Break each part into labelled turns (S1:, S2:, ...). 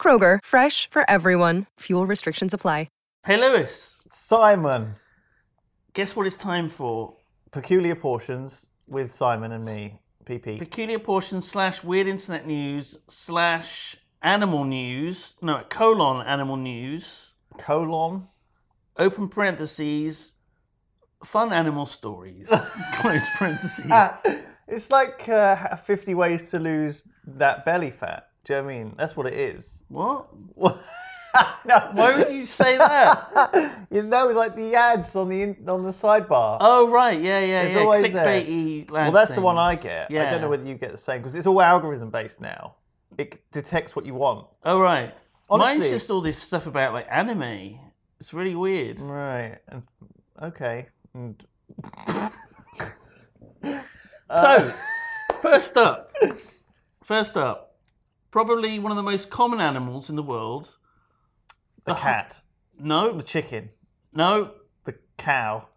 S1: Kroger, fresh for everyone. Fuel restrictions apply.
S2: Hey Lewis,
S3: Simon.
S2: guess what it's time for?
S3: Peculiar Portions with Simon and me. PP.
S2: Peculiar portion slash weird internet news slash animal news. No, colon animal news.
S3: Colon.
S2: Open parentheses. Fun animal stories. Close parentheses.
S3: Ah. It's like uh, 50 ways to lose that belly fat. Do you know what I mean? That's what it is.
S2: what?
S3: no,
S2: Why would you say that?
S3: you know, like the ads on the in- on the sidebar.
S2: oh right, yeah, yeah,
S3: It's
S2: yeah.
S3: always there.
S2: Clickbaity.
S3: well, that's the one I get.
S2: Yeah.
S3: I don't know whether you get the same because it's all algorithm based now. It detects what you want.
S2: Oh right.
S3: Honestly-
S2: Mine's just all this stuff about like anime. It's really weird.
S3: Right. And okay. And Uh,
S2: So, first up, first up, probably one of the most common animals in the world.
S3: the cat,
S2: No,
S3: the chicken,
S2: no,
S3: the cow.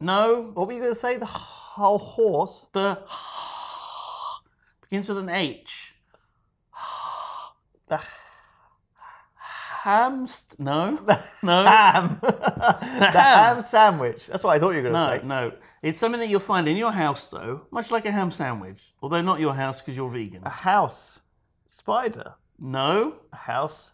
S2: no.
S3: What were you going to say? The whole horse.
S2: The begins with an H.
S3: The
S2: Hamst? No, no,
S3: ham. the ham sandwich. That's what I thought you were going to
S2: no,
S3: say.
S2: no. It's something that you'll find in your house, though, much like a ham sandwich, although not your house because you're vegan.
S3: A house spider.
S2: No,
S3: A house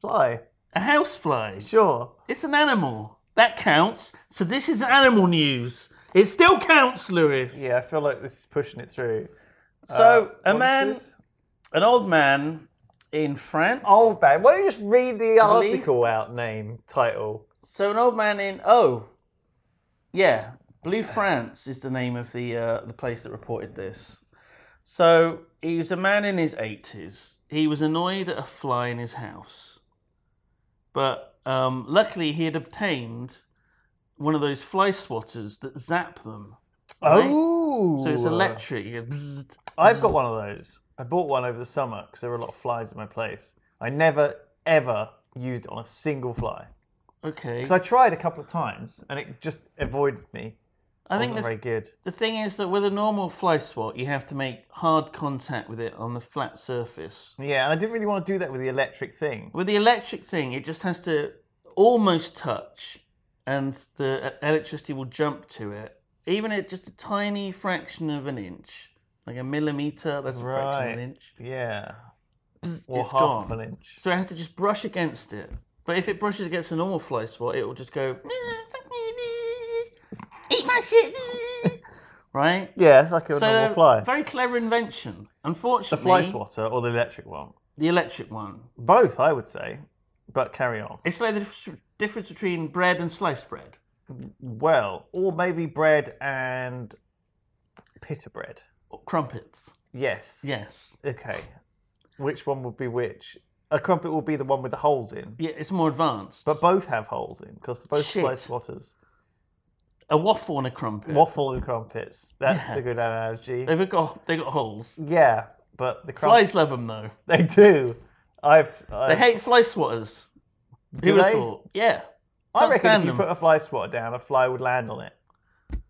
S3: fly.
S2: a housefly.
S3: Sure.
S2: It's an animal. That counts. So this is animal news. It still counts, Lewis.
S3: Yeah, I feel like this is pushing it through.
S2: So
S3: Uh,
S2: a
S3: what is
S2: man,
S3: this?
S2: an old man in France.
S3: Old man. Why don't you just read the
S2: Leaf?
S3: article out? Name, title.
S2: So an old man in oh, yeah, Blue France is the name of the uh, the place that reported this. So he was a man in his eighties. He was annoyed at a fly in his house, but um, luckily he had obtained one of those fly swatters that zap them. right?
S3: Oh.
S2: So it's electric. you go bzzzt.
S3: I've got one of those. I bought one over the summer because there were a lot of flies at my place. I never ever used it on a single fly.
S2: Okay.
S3: Because I tried a couple of times and it just avoided me.
S2: I
S3: wasn't
S2: think the
S3: very good.
S2: The thing is that with a normal fly swat, you have to make hard contact with it on the flat surface.
S3: Yeah, and I didn't really want to do that with the electric thing.
S2: With the electric thing, it just has to almost touch, and the e- electricity will jump to it, even at just a tiny fraction of an inch, like a millimeter. That's a fraction of an
S3: Right.
S2: inch.
S3: Yeah.
S2: Bzz,
S3: Or
S2: it's
S3: half
S2: gone.
S3: an inch.
S2: So it has to just brush against it. But if it brushes against a normal fly swat, it will just go. "Nah, fuck me, Eat my shit. Right.
S3: Yeah, it's like a normal
S2: So,
S3: fly.
S2: very clever invention.
S3: the
S2: Unfortunately,
S3: fly swatter or the electric one.
S2: the electric one.
S3: Both, I would say. But carry on.
S2: It's like the dif- difference between bread and sliced bread.
S3: Well, or maybe bread and pita bread.
S2: Or crumpets.
S3: Yes.
S2: Yes.
S3: Okay. Which one would be which? A crumpet will be the one with the holes in.
S2: Yeah, it's more advanced.
S3: But both have holes in because they're both fly
S2: Shit.
S3: swatters.
S2: a waffle and a crumpet.
S3: Waffle and crumpets. That's
S2: Yeah.
S3: the good analogy.
S2: They've got they got holes.
S3: Yeah, but the crumpets.
S2: Flies love them though.
S3: They do. I've.
S2: They
S3: I've
S2: hate fly swatters.
S3: Uh, do
S2: Who would've
S3: they?
S2: thought? Yeah.
S3: I
S2: Can't
S3: reckon
S2: stand
S3: if you
S2: them.
S3: put a fly swatter down, a fly would land on it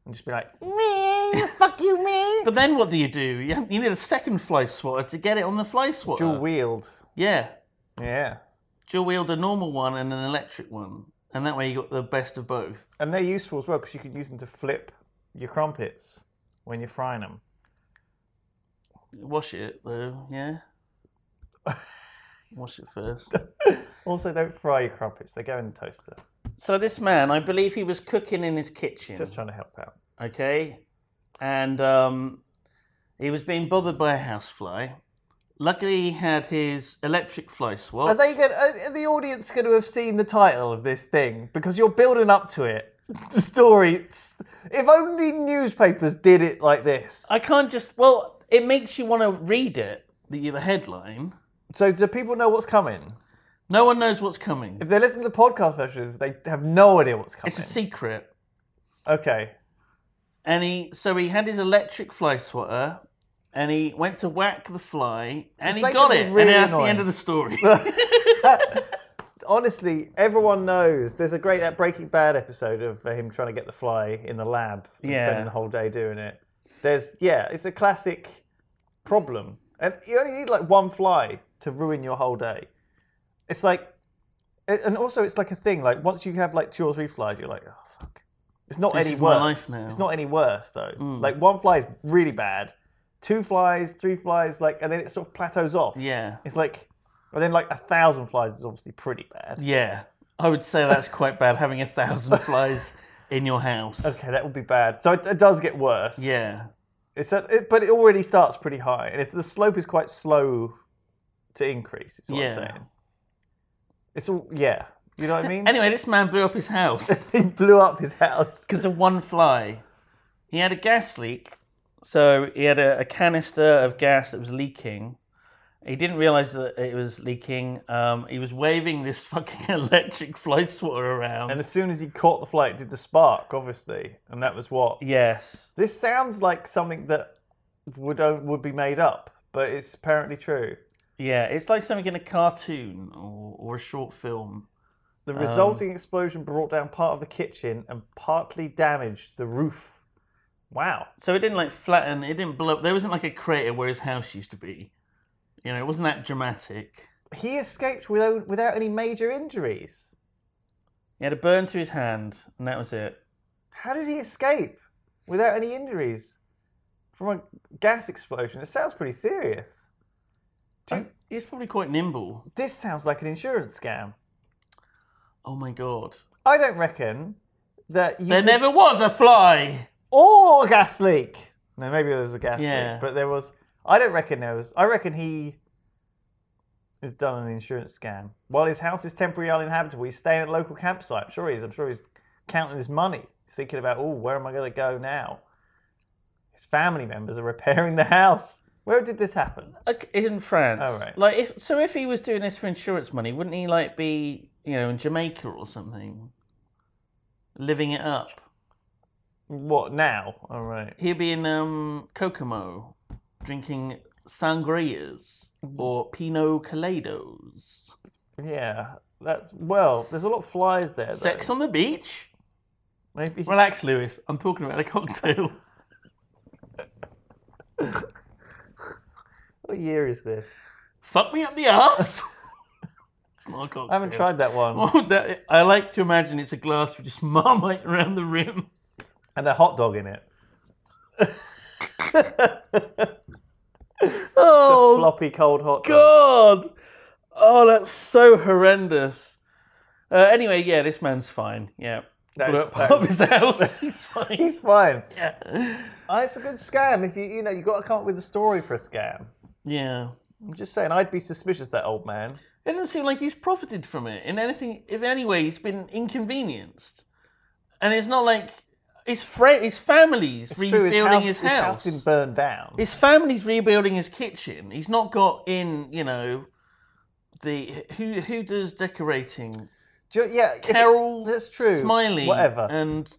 S3: and just be like, me, fuck you, me.
S2: But then what do you do? You, have, you need a second fly swatter to get it on the fly swatter.
S3: Dual wield.
S2: yeah.
S3: Yeah.
S2: Dual wield a normal one and an electric one. And that way you got the best of both.
S3: And they're useful as well because you can use them to flip your crumpets when you're frying them.
S2: Wash it though, yeah. Wash it first.
S3: Also, don't fry your crumpets, they go in the toaster.
S2: So this man, I believe he was cooking in his kitchen.
S3: Just trying to help out.
S2: Okay, and um, he was being bothered by a housefly. Luckily, he had his electric fly swat.
S3: Are they going? Are are the audience going to have seen the title of this thing? Because you're building up to it. The story. it's- If only newspapers did it like this.
S2: I can't just. Well, it makes you want to read it. The, the headline.
S3: So, do people know what's coming?
S2: No one knows what's coming.
S3: If they listen to the podcast versions, they have no idea what's coming.
S2: It's a secret.
S3: okay.
S2: And he so he had his electric fly swatter and he went to whack the fly and he
S3: like
S2: got
S3: it'd
S2: it.
S3: be really
S2: and that's the
S3: annoying.
S2: end of the story.
S3: Honestly, everyone knows. There's a great that Breaking Bad episode of uh, him trying to get the fly in the lab and
S2: Yeah.
S3: spending the whole day doing it. There's yeah, it's a classic problem, and you only need like one fly to ruin your whole day. It's like, a- and also it's like a thing. Like once you have like two or three flies, you're like, oh fuck, it's not
S2: This
S3: any
S2: is my
S3: worse.
S2: life now. Mm.
S3: It's not any worse though. Like one fly is really bad. Two flies, three flies, like, and then it sort of plateaus off.
S2: yeah.
S3: It's like, and then like a thousand flies is obviously pretty bad.
S2: Yeah. I would say that's quite bad having a thousand flies in your house.
S3: Okay, that would be bad. So it, it does get worse.
S2: Yeah.
S3: It's a, it, but it already starts pretty high, and it's the slope is quite slow to increase. Is what I'm
S2: Yeah.
S3: saying. It's all yeah. You know what I mean?
S2: Anyway, this man blew up his house
S3: he blew up his house.
S2: because of one fly. He had a gas leak, so he had a, a canister of gas that was leaking. He didn't realize that it was leaking. Um, he was waving this fucking electric fly swatter around.
S3: And as soon as he caught the flight, it did the spark obviously, and that was what.
S2: yes.
S3: This sounds like something that would on- would be made up, but it's apparently true.
S2: Yeah, it's like something in a cartoon or, or a short film.
S3: The resulting explosion brought down part of the kitchen and partly damaged the roof. Wow.
S2: So it didn't like flatten, it didn't blow up. There wasn't like a crater where his house used to be. You know, it wasn't that dramatic.
S3: He escaped without, without any major injuries.
S2: He had a burn to his hand, and that was it.
S3: How did he escape without any injuries from a gas explosion? It sounds pretty serious.
S2: He's he was probably quite nimble.
S3: This sounds like an insurance scam.
S2: Oh my god.
S3: I don't reckon that you.
S2: There
S3: could-
S2: never was a fly.
S3: or a gas leak. No, maybe there was a gas
S2: Yeah.
S3: leak, but there was. I don't reckon there was. I reckon he has done an insurance scam. While his house is temporarily uninhabitable, he's staying at a local campsite. I'm sure he is. I'm sure he's counting his money. He's thinking about, oh, where am I going to go now? His family members are repairing the house. Where did this happen?
S2: Like, In France.
S3: Oh, right.
S2: Like if so if he was doing this for insurance money, wouldn't he like be, you know, in Jamaica or something? Living it up.
S3: What now? All right.
S2: He'd be in um Kokomo drinking sangrias or Pinot Colados.
S3: Yeah. That's well. There's a lot of flies there. Though.
S2: Sex on the beach?
S3: Maybe.
S2: Relax, Lewis. I'm talking about a cocktail.
S3: What year is this?
S2: Fuck me up the arse. it's not a cocktail.
S3: I haven't tried that one.
S2: Oh, that- I like to imagine it's a glass with just marmite around the rim.
S3: and a hot dog in it. oh, floppy cold hot dog.
S2: God! Oh, that's so horrendous. Uh, anyway, yeah, this man's fine. Yeah.
S3: That
S2: Blew
S3: is-
S2: up
S3: that
S2: part of
S3: is-
S2: his house. He's fine.
S3: He's fine.
S2: Yeah.
S3: Uh, it's a good scam if you you know you got to come up with a story for a scam.
S2: yeah.
S3: I'm just saying, I'd be suspicious that old man.
S2: It doesn't seem like he's profited from it in anything. If anyway, he's been inconvenienced, and it's not like his friend, his family's
S3: It's true,
S2: rebuilding his
S3: his house, his house
S2: house.
S3: been burned down.
S2: His family's rebuilding his kitchen. He's not got in, you know, the who who does decorating?
S3: Do you- yeah, if it-
S2: Carol. Uh,
S3: that's true.
S2: Smiley.
S3: Whatever.
S2: And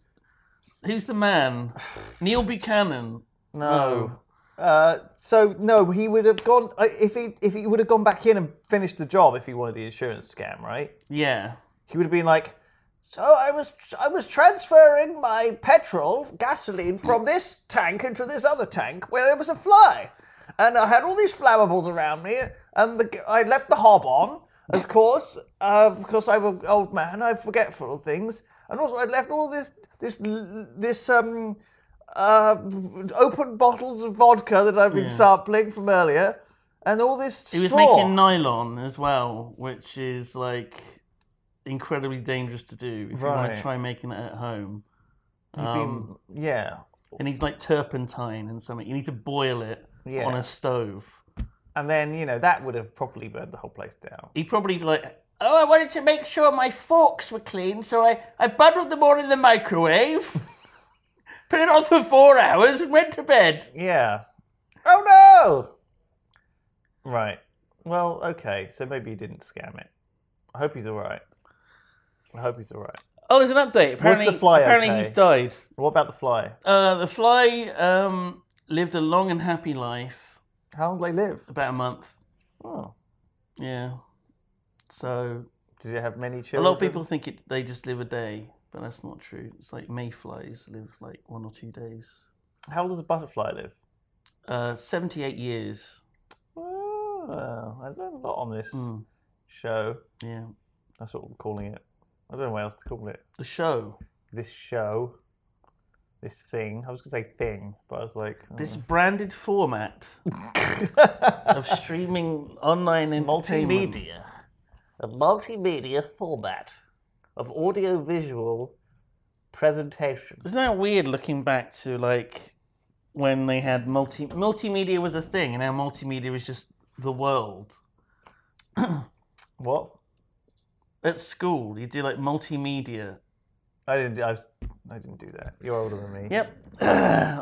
S2: who's the man? Neil Buchanan. Oh,
S3: no. Uh, so no, he would have gone uh, if he if he would have gone back in and finished the job if he wanted the insurance scam, right?
S2: Yeah.
S3: he would have been like, "So I was I was transferring my petrol gasoline from this tank into this other tank where there was a fly, and I had all these flammables around me, and the, g- I left the hob on, of course, uh, because I'm an old man, I forgetful of things, and also I left all this this l- this um." Uh, open bottles of vodka that I've been sampling from earlier, and all this
S2: He was
S3: straw.
S2: making nylon as well, which is like incredibly dangerous to do if you want
S3: Right.
S2: to try making it at home.
S3: He'd been-
S2: Um,
S3: yeah,
S2: It needs like turpentine and something. You need to boil it
S3: Yeah.
S2: on a stove.
S3: And then, you know, that would have probably burned the whole place down.
S2: He probably like, oh, I wanted to make sure my forks were clean, so I I bundled them all in the microwave, put it on for four hours, and went to bed.
S3: Yeah. Oh no! Right. Well, okay, so maybe you didn't scam it. I hope he's all right. I hope he's all right.
S2: Oh, there's an update. Apparently,
S3: fly
S2: apparently
S3: okay?
S2: he's died.
S3: What about the fly?
S2: Uh, the fly um, lived a long and happy life,
S3: How long do they live?
S2: about a month.
S3: Oh,
S2: Yeah. So
S3: did you have many
S2: a
S3: children?
S2: lot of people think it, they just live a day, but that's not true. It's like mayflies live like one or two days.
S3: How long does a butterfly live?
S2: Uh, 78 years.
S3: Oh, I learned a lot on this
S2: Mm,
S3: show.
S2: yeah.
S3: That's what I'm calling it. I don't know what else to call it.
S2: The show.
S3: This show, this thing. I was gonna say thing, but I was like
S2: This branded format
S3: mm.
S2: of streaming online entertainment.
S3: multimedia, a multimedia format of audiovisual presentation.
S2: Isn't that weird looking back to like when they had multi multimedia was a thing and now multimedia is just the world.
S3: What?
S2: At school you do like multimedia.
S3: I didn't. I, was, I didn't do that. You're older than me.
S2: Yep.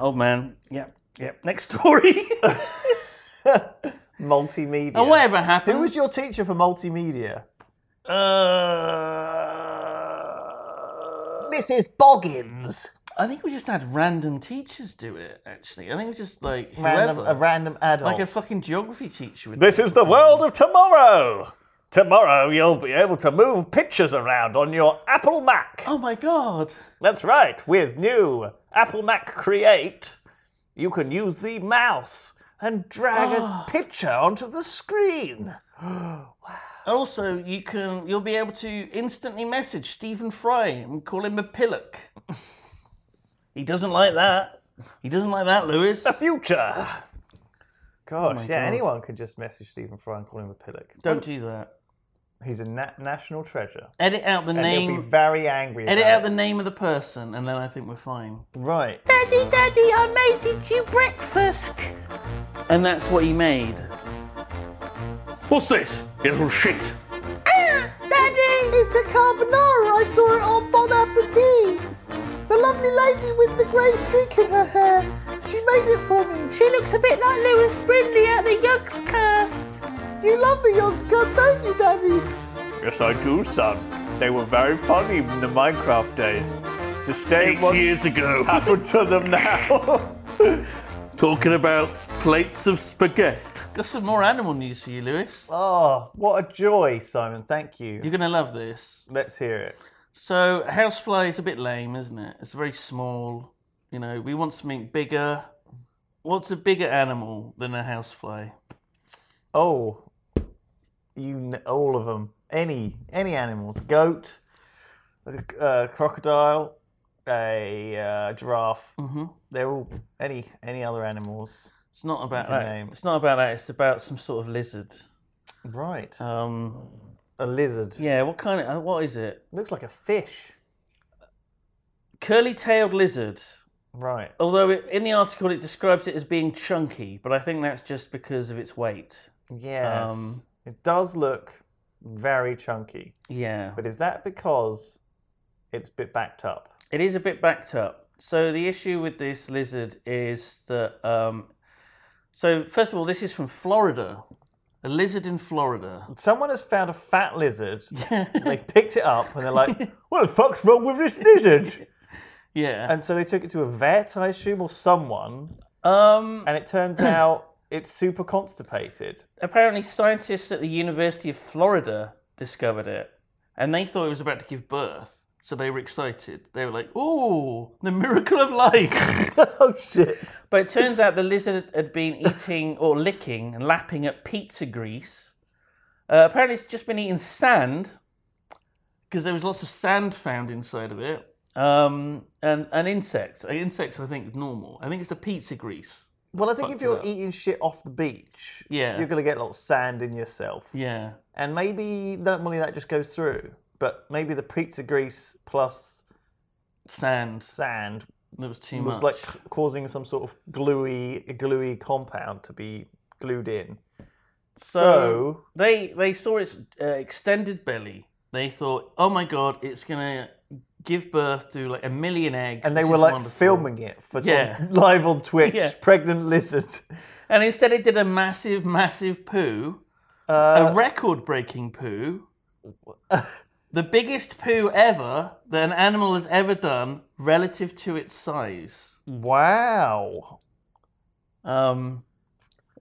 S2: Old Oh, man. Yep. Yep. Next story.
S3: multimedia.
S2: and whatever happened.
S3: Who was your teacher for multimedia?
S2: uh,
S3: Mrs. Boggins.
S2: I think we just had random teachers do it actually. I think it was just like
S3: Random,
S2: whoever.
S3: a random adult.
S2: like a fucking geography teacher would
S3: This is the world of tomorrow. Tomorrow you'll be able to move pictures around on your Apple Mac.
S2: Oh my god.
S3: That's right, with new Apple Mac Create, you can use the mouse and drag a picture onto the screen.
S2: Also, you can you'll be able to instantly message Stephen Fry and call him a pillock. he doesn't like that. He doesn't like that, Lewis.
S3: Future. Gosh, yeah,
S2: God.
S3: anyone could just message Stephen Fry and call him a pillock.
S2: Don't do that.
S3: He's a na- national treasure.
S2: Edit out the
S3: And he'll be
S2: name.
S3: very angry.
S2: Edit
S3: about
S2: out the name of the person, and then I think we're fine.
S3: it. Right.
S4: Daddy, Daddy, I made you breakfast.
S2: And that's what he made. What's this? Little shit.
S4: Daddy,
S3: It's a carbonara. I saw it on Bon Appetit. The lovely lady with the grey streak in her hair. She made it for me.
S4: she looks a bit like Lewis Brindley at the Yucks cast.
S3: You love the Yogscast, don't you, Daddy?
S5: Yes, I do, son. They were very funny in the Minecraft days. To say
S6: Eight
S5: what's
S6: years ago,
S5: happened to them now.
S6: talking about plates of spaghetti.
S2: Got some more animal news for you, Lewis.
S3: Oh, what a joy, Simon. Thank you.
S2: You're gonna love this.
S3: Let's hear it.
S2: So housefly is a bit lame, isn't it? It's very small. You know, we want something bigger. What's a bigger animal than a housefly?
S3: Oh, you kn- all of them. Any any animals? Goat, a c- uh, crocodile, a uh, giraffe. Mm-hmm. They're all any any other animals.
S2: It's not about
S3: can
S2: that.
S3: name.
S2: It's not about that. It's about some sort of lizard.
S3: Right.
S2: Um,
S3: a lizard
S2: yeah. What kind of? uh, What is it?
S3: looks like a fish.
S2: Curly-tailed lizard.
S3: Right.
S2: Although it, in the article it describes it as being chunky, but I think that's just because of its weight.
S3: Yes.
S2: Um,
S3: it does look very chunky,
S2: Yeah.
S3: but is that because it's a bit backed up?
S2: It is a bit backed up. So the issue with this lizard is that. Um, so first of all, this is from Florida. A lizard in Florida.
S3: Someone has found a fat lizard. They've picked it up and they're like, "What the fuck's wrong with this lizard?"
S2: Yeah.
S3: And so they took it to a vet, I assume, or someone,
S2: Um.
S3: and it turns out it's super constipated.
S2: Apparently, scientists at the University of Florida discovered it, and they thought it was about to give birth. So they were excited. They were like, "Oh, the miracle of life!"
S3: oh shit!
S2: but it turns out the lizard had been eating or licking and lapping at pizza grease. Uh, apparently, it's just been eating sand because there was lots of sand found inside of it, um, and and insects. Uh, Insects, I think, is normal. I think it's the pizza grease.
S3: Well, I think if
S2: Fucked it
S3: you're
S2: up.
S3: eating shit off the beach,
S2: Yeah.
S3: you're gonna get a lot of sand in yourself.
S2: Yeah.
S3: and maybe that money that just goes through. But maybe the pizza grease plus
S2: Sand.
S3: sand
S2: That was too
S3: was
S2: much.
S3: like c- causing some sort of gluey, gluey compound to be glued in. So,
S2: they they saw its uh, extended belly. They thought, oh my god, it's gonna give birth to like a million eggs.
S3: and they
S2: This
S3: were
S2: is
S3: like
S2: wonderful."
S3: filming it for
S2: Yeah.
S3: on- live on Twitch.
S2: Yeah.
S3: Pregnant lizard.
S2: And instead, it did a massive, massive poo,
S3: Uh,
S2: a record-breaking poo, The biggest poo ever that an animal has ever done relative to its size.
S3: Wow.
S2: Um,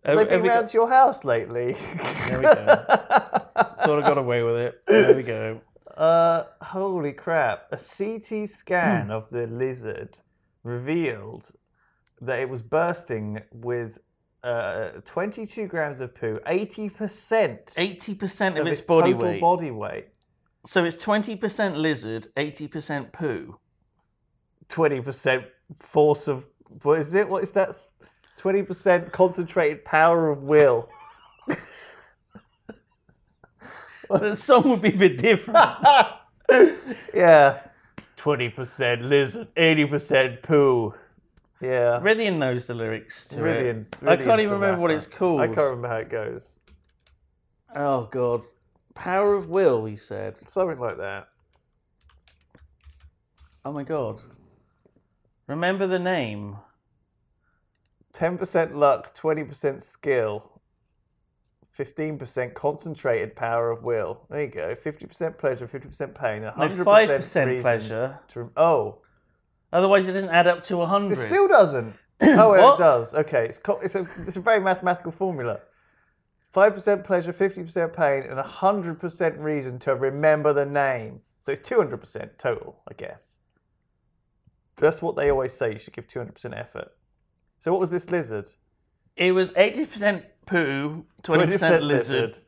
S3: They've
S2: ev-
S3: been
S2: every-
S3: round to your house lately.
S2: There we go. Thought I got away with it. There we go.
S3: Uh, holy crap. A CT
S2: Hmm.
S3: scan of the lizard revealed that it was bursting with uh, 22 grams of poo, 80%
S2: Eighty percent of,
S3: of
S2: its,
S3: its
S2: body
S3: total
S2: weight.
S3: body weight.
S2: so it's twenty percent lizard, eighty percent poo.
S3: 20% force of. What is it? What is that? S- 20% concentrated power of will.
S2: The song would be a bit different.
S3: Yeah.
S5: 20% lizard, 80% poo.
S3: Yeah.
S2: Rivian knows the lyrics to
S3: Rivian's-
S2: it. I
S3: Rivian's
S2: can't even
S3: the
S2: remember what
S3: rapper.
S2: it's called.
S3: I can't remember how it goes.
S2: Oh god, power of will. He said.
S3: Something like that.
S2: Oh my god. Remember the name.
S3: 10% luck, 20% skill, 15% concentrated power of will. There you go. 50% pleasure, 50% pain, 100%
S2: No, five percent
S3: reason
S2: pleasure.
S3: to- oh,
S2: Otherwise, it doesn't add up to
S3: it
S2: hundred.
S3: still doesn't. Oh, well,
S2: What?
S3: it does. Okay, it's, co- it's, a, it's a very mathematical formula. 5% pleasure, 50% pain, and 100% reason to remember the name. So it's 200% total, I guess. That's what they always say. You should give 200% effort. So what was this lizard?
S2: It was eighty percent poo, twenty percent lizard.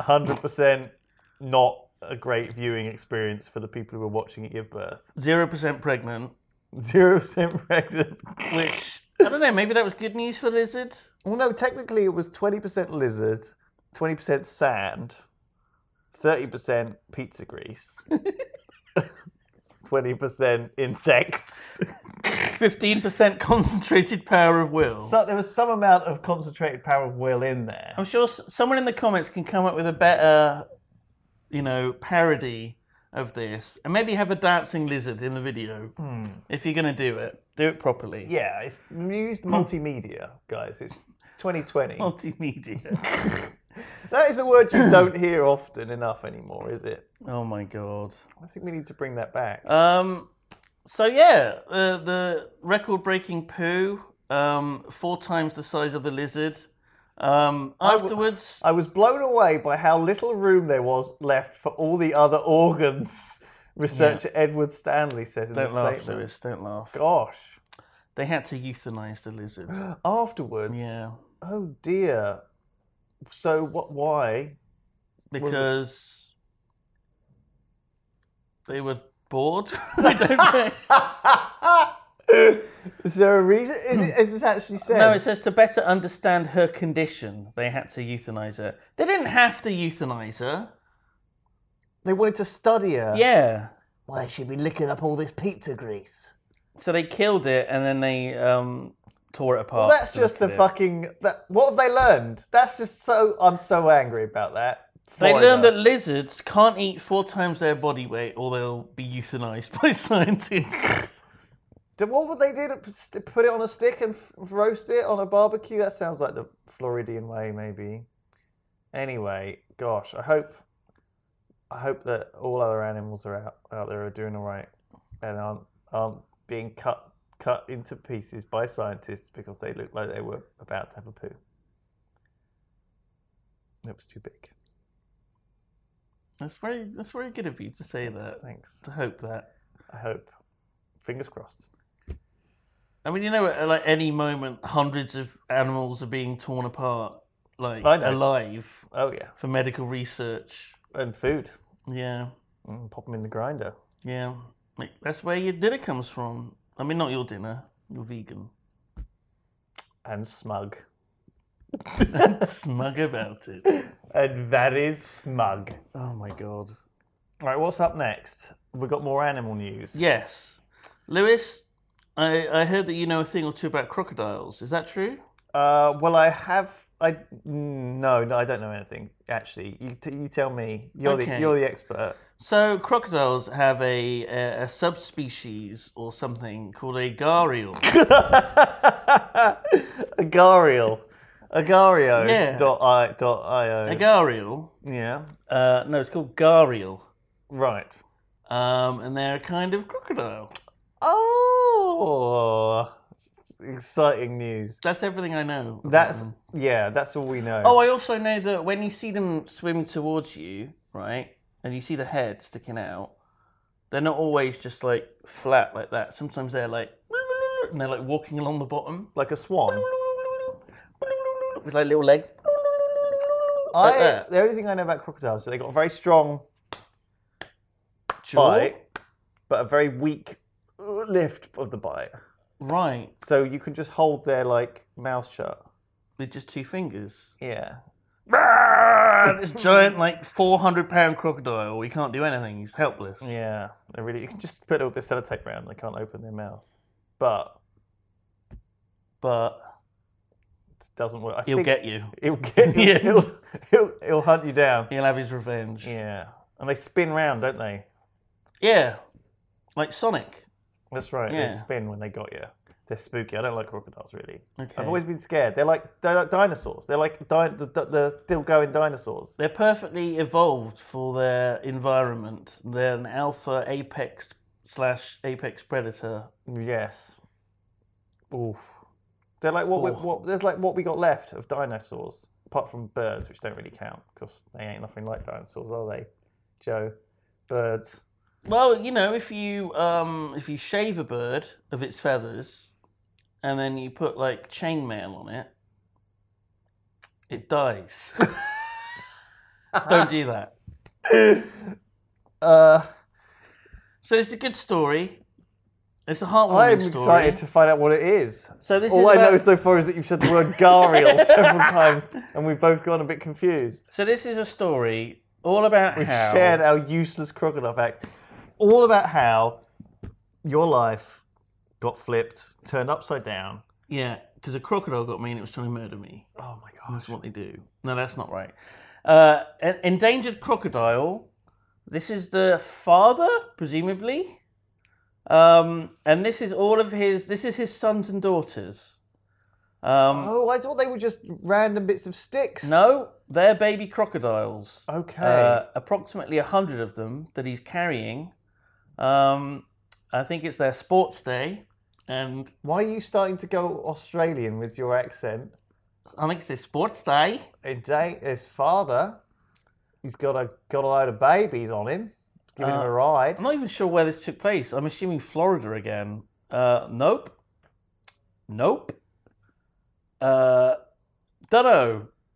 S3: Hundred percent not a great viewing experience for the people who were watching it give birth.
S2: zero percent pregnant.
S3: Zero percent pregnant.
S2: Which I don't know. Maybe that was good news for lizard.
S3: Well, no, technically it was twenty percent lizard, twenty percent sand, thirty percent pizza grease, twenty percent insects.
S2: Fifteen percent concentrated power of will.
S3: So there was some amount of concentrated power of will in there.
S2: I'm sure s- someone in the comments can come up with a better, you know, parody of this, and maybe have a dancing lizard in the video. If you're gonna do it, do it properly.
S3: Yeah, it's used multimedia, guys. It's 2020.
S2: Multimedia.
S3: That is a word you don't hear often enough anymore, is it?
S2: oh my god.
S3: I think we need to bring that back.
S2: Um, so yeah, uh, the record-breaking poo, um, four times the size of the lizard. Um,
S3: w-
S2: afterwards,
S3: I was blown away by how little room there was left for all the other organs. Researcher Edward Stanley says in the
S2: don't laugh,
S3: statement.
S2: Lewis. Don't laugh.
S3: Gosh.
S2: They had to euthanize the lizard.
S3: Afterwards.
S2: yeah,
S3: Oh dear. So what? Why?
S2: because they were bored. I don't know.
S3: Is there a reason? Is, it, is this actually said?
S2: No, it says to better understand her condition, they had to euthanize her. They didn't have to euthanize her.
S3: they wanted to study her.
S2: Yeah.
S3: Why should we licking up all this pizza grease?
S2: So they killed it and then they um, tore it apart.
S3: Well, that's
S2: to look
S3: just the
S2: at it.
S3: fucking. That, what have they learned? That's just so. I'm so angry about that.
S2: They
S3: Foreigner.
S2: learned that lizards can't eat four times their body weight or they'll be euthanized by scientists.
S3: Do- What would they do to st- put it on a stick and f- roast it on a barbecue? That sounds like the Floridian way, maybe. Anyway, gosh, I hope, I hope that all other animals are out, out there are doing all right and aren't aren't being cut cut into pieces by scientists because they look like they were about to have a poo. That was too big.
S2: that's very that's very good of you to say that.
S3: Thanks.
S2: To hope that.
S3: I hope. Fingers crossed.
S2: I mean, you know, at like any moment, hundreds of animals are being torn apart, like
S3: I know.
S2: alive
S3: Oh yeah,
S2: for medical research.
S3: and food.
S2: Yeah.
S3: Mm, pop them in the grinder.
S2: Yeah, like, that's where your dinner comes from. I mean, not your dinner. You're vegan.
S3: And smug.
S2: Smug about it.
S3: And that is smug.
S2: Oh my god.
S3: Right, what's up next? We've got more animal news.
S2: Yes, Lewis. I I heard that you know a thing or two about crocodiles. Is that true?
S3: Uh, well, I have. I mm, no, no, I don't know anything. Actually, you, t- you tell me. You're
S2: Okay.
S3: the you're the expert.
S2: So crocodiles have a a, a subspecies or something called a gharial.
S3: a gharial.
S7: Agario.io.
S2: Yeah.
S7: Dot I, dot io.
S2: Agarial.
S7: yeah.
S2: Uh, no, it's called Garial.
S7: Right.
S2: Um, and they're a kind of crocodile.
S7: Oh, exciting news.
S2: That's everything I know. about
S7: That's
S2: them.
S7: yeah. That's all we know.
S2: Oh, I also know that when you see them swim towards you, right, and you see the head sticking out, they're not always just like flat like that. Sometimes they're like, and they're like walking along the bottom
S7: like a swan.
S2: with like little legs. Uh, like
S7: I,
S2: that.
S7: the only thing I know about crocodiles is that they got a very strong
S2: Jaw?
S7: bite, but a very weak lift of the bite.
S2: Right,
S7: So you can just hold their like mouth shut.
S2: with just two fingers.
S7: Yeah.
S2: Rah! Uh, this giant, like four hundred pound crocodile. He can't do anything. He's helpless.
S7: Yeah, they really. You can just put a little bit of sellotape around. They can't open their mouth, but
S2: But
S7: it doesn't work. I
S2: he'll
S7: think
S2: get you.
S7: It'll get.
S2: Yeah.
S7: It'll, it'll, it'll hunt you down.
S2: He'll have his revenge.
S7: Yeah, and they spin round, don't they?
S2: Yeah. like Sonic.
S7: That's right. They
S2: Yeah.
S7: spin when they got you. They're spooky. I don't like crocodiles really.
S2: Okay.
S7: I've always been scared. They're like they're like dinosaurs. They're like di- the, the, the still going dinosaurs.
S2: They're perfectly evolved for their environment. They're an alpha apex slash apex predator.
S7: Yes. Oof. They're like what we,
S2: Oof.
S7: what there's like what we got left of dinosaurs, apart from birds, which don't really count because they ain't nothing like dinosaurs, are they? Joe, birds.
S2: Well, you know, if you um, if you shave a bird of its feathers, and then you put like chainmail on it, it dies. Don't do that.
S7: Uh,
S2: So it's a good story. It's a heartwarming
S7: I'm
S2: story.
S7: excited to find out what it is.
S2: So this
S7: All
S2: is
S7: I know
S2: about-
S7: so far is that you've said the word Gariel several times, and we've both gone a bit confused.
S2: So this is a story all about
S7: We've
S2: how
S7: shared our useless crocodile facts. All about how your life got flipped, turned upside down.
S2: Yeah, because a crocodile got me and it was trying to murder me.
S7: Oh my
S2: And
S7: god.
S2: That's what they do. No, that's not right. Uh, an endangered crocodile. This is the father, presumably, um, and this is all of his. This is his sons and daughters. Um,
S7: Oh, I thought they were just random bits of sticks.
S2: No, they're baby crocodiles.
S7: Okay.
S2: Uh, approximately a hundred of them that he's carrying. Um, I think it's their sports day, and
S7: Why are you starting to go Australian with your accent?
S2: I think it's their sports day.
S7: A day his father. He's got a got a load of babies on him. Giving him a ride.
S2: I'm not even sure where this took place. I'm assuming Florida again. Uh, nope. Nope. Uh, dunno.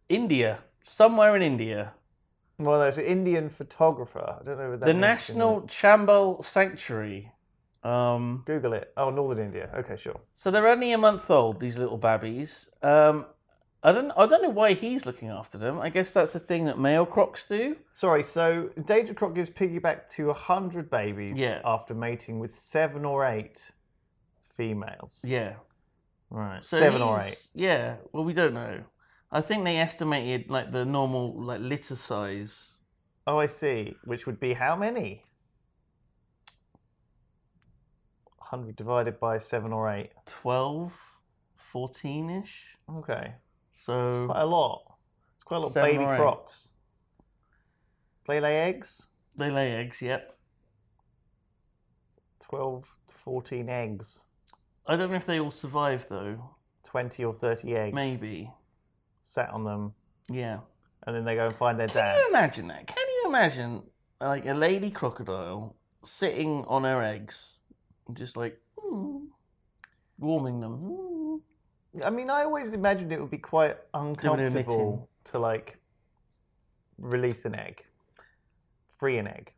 S2: India. Somewhere in India.
S7: Well, there's an Indian photographer. I don't know what that
S2: the
S7: means,
S2: National Chambal Sanctuary. Um,
S7: you know. Google it. Oh, Northern India. Okay, sure.
S2: so they're only a month old, these little babbies. Um, I don't I don't know why he's looking after them. I guess that's a thing that male crocs do.
S7: Sorry, so Danger Croc gives piggyback to 100 babies
S2: Yeah.
S7: after mating with seven or eight females.
S2: Yeah.
S7: Right,
S2: So
S7: seven or
S2: he's-
S7: eight.
S2: Yeah. Well, we don't know. I think they estimated like the normal like litter size
S7: Oh, I see. Which would be how many? 100 divided by seven or eight.
S2: 12, 14 ish.
S7: Okay, quite
S2: So
S7: a lot. It's quite a lot of
S2: Seven
S7: baby
S2: or eight.
S7: crocs. They lay eggs?
S2: they lay eggs, yep.
S7: 12 to 14 eggs.
S2: I don't know if they all survive though.
S7: 20 or 30 eggs.
S2: Maybe.
S7: Sat on them,
S2: Yeah.
S7: and then they go and find their
S2: Can
S7: dad.
S2: you imagine that? Can you imagine like a lady crocodile sitting on her eggs and just like "Mm," warming them? "Mm."
S7: I mean, I always imagined it would be quite
S2: little knitting.
S7: uncomfortable to like release an egg, free an egg,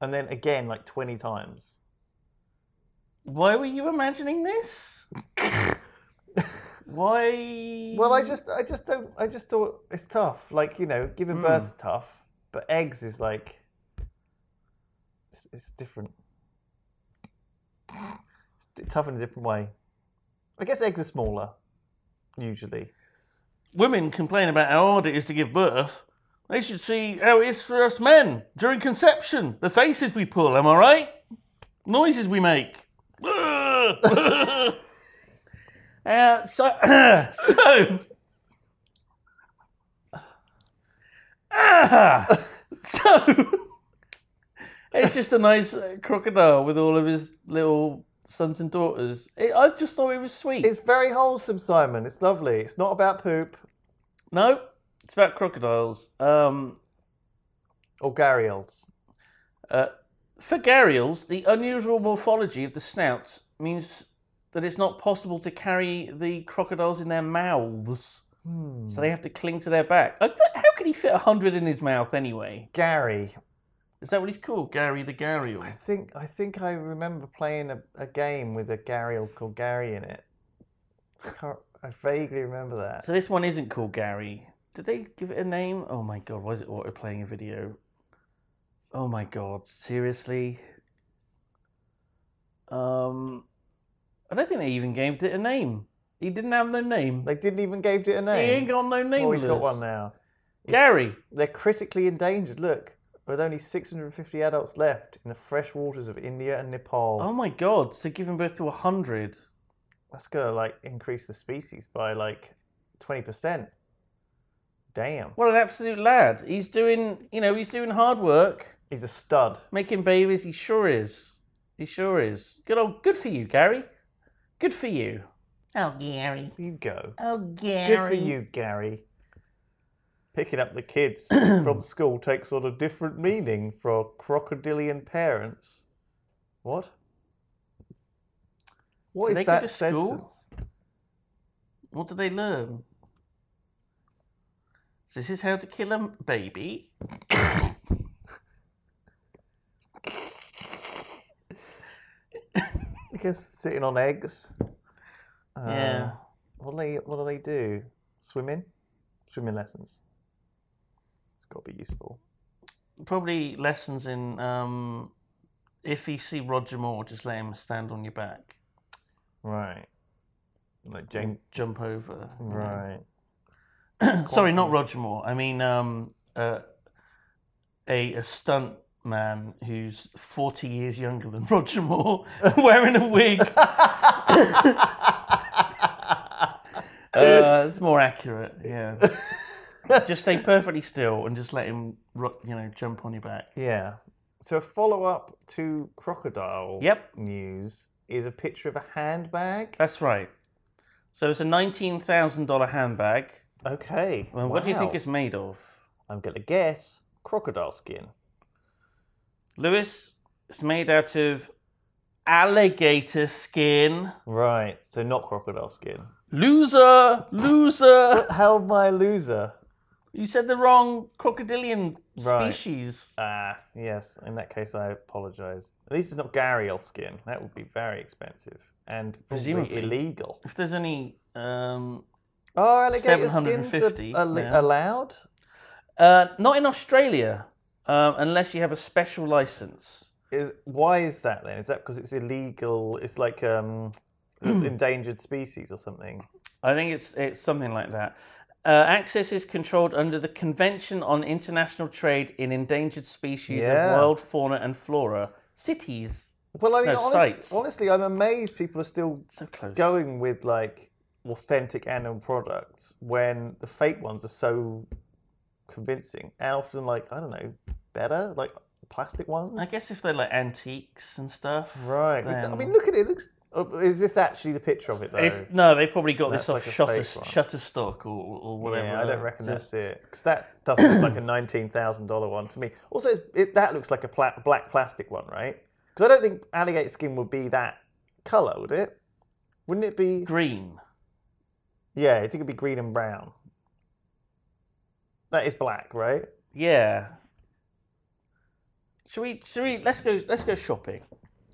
S7: and then again like twenty times.
S2: Why were you imagining this? Why?
S7: Well, I just, I just don't, I just thought it's tough. Like you know, giving
S2: Hmm.
S7: birth's tough, but eggs is like, it's, it's different. It's di- tough in a different way. I guess eggs are smaller, usually.
S2: women complain about how hard it is to give birth, they should see how it is for us men during conception. The faces we pull, am I right? Noises we make. Uh, so, so, Ah, so, it's just a nice uh, crocodile with all of his little sons and daughters. It, I just thought it was sweet.
S7: It's very wholesome, Simon. It's lovely. It's not about poop
S2: no, it's about crocodiles. Um,
S7: or gharials.
S2: For gharials, the unusual morphology of the snout means that it's not possible to carry the crocodiles in their mouths.
S7: Hmm.
S2: So they have to cling to their back. I don't- How could he fit a 100 in his mouth anyway?
S7: Gary.
S2: Is that what he's called? Gary the Gharial.
S7: I think I think I remember playing a, a game with a gharial called Gary in it. I, can't, I vaguely remember that.
S2: So this one isn't called Gary. Did they give it a name? Oh my god, why is it auto playing a video? Oh my god, seriously? Um, I don't think they even gave it a name. He didn't have no name.
S7: They didn't even gave it a
S2: He ain't
S7: name.
S2: got no name.
S7: Oh, he's got
S2: Lewis.
S7: one now.
S2: Gary.
S7: They're critically endangered. Look, with only 650 adults left in the fresh waters of India and Nepal.
S2: Oh my god, so giving birth to a hundred.
S7: That's gonna like increase the species by like 20%. Damn.
S2: What an absolute lad. He's doing you know, he's doing hard work,
S7: He's a stud.
S2: making babies, he sure is. He sure is. Good old good for you, Gary. Good for you.
S4: Oh, Gary.
S7: You go.
S4: Oh, Gary.
S7: Good for you, Gary. Picking up the kids from school takes on a different meaning for crocodilian parents. What? What
S2: Do
S7: is
S2: they go
S7: that
S2: to school?
S7: sentence?
S2: What did they learn? This is how to kill a m- baby.
S7: I guess sitting on eggs. Uh,
S2: yeah.
S7: What do they What do they do? Swimming, swimming lessons. It's got to be useful.
S2: Probably lessons in um, if you see Roger Moore, just let him stand on your back,
S7: Right. Like Jane.
S2: jump over. you know.
S7: Right.
S2: Sorry, not Roger Moore. I mean, um, uh, a, a stunt man who's 40 years younger than Roger Moore, wearing a wig. uh, it's more accurate, yeah. just stay perfectly still and just let him, ro- you know, jump on your back.
S7: Yeah. So a follow up to crocodile.
S2: Yep.
S7: News is a picture of a handbag.
S2: That's right. So it's a $19,000 handbag.
S7: Okay.
S2: Well, What do you think
S7: wow.
S2: it's made of?
S7: I'm gonna guess crocodile skin.
S2: Lewis, it's made out of alligator skin.
S7: Right. So not crocodile skin.
S2: Loser, loser.
S7: How am I a loser?
S2: You said the wrong crocodilian
S7: Right.
S2: species.
S7: Ah, yes. In that case, I apologise. At least it's not gharial skin. That would be very expensive and
S2: Presumably.
S7: presumably illegal.
S2: If there's any, um,
S7: Oh, alligator skins are
S2: 750
S7: al-
S2: now.
S7: allowed?
S2: uh, not in Australia, um, unless you have a special license.
S7: Is, why is that then? Is that because it's illegal? It's like um, endangered species or something.
S2: I think it's it's something like that. Uh, access is controlled under the Convention on International Trade in Endangered Species
S7: Yeah.
S2: of Wild Fauna and Flora. Cities,
S7: Well, I mean,
S2: No,
S7: honest-
S2: sites.
S7: honestly, I'm amazed people are still
S2: so close.
S7: going with like authentic animal products when the fake ones are so convincing and often like I don't know better like plastic ones.
S2: I guess if they're like antiques and stuff,
S7: Right. It- I
S2: then-
S7: mean, look at it. it looks. oh, Is this actually the picture of it though?
S2: It's, no, they probably got this
S7: That's
S2: off
S7: like a
S2: Shutter,
S7: fake one.
S2: Shutterstock or, or whatever.
S7: yeah, I don't
S2: uh,
S7: reckon
S2: just-
S7: that's it because that doesn't look like a nineteen thousand dollar one to me. Also, it's- it, that looks like a pla- black plastic one, right? Because I don't think alligator skin would be that color, would it? Wouldn't it be?
S2: green.
S7: Yeah, I think it'd be green and brown. That is black, right?
S2: Yeah. Should we? Should we? Let's go. Let's go shopping.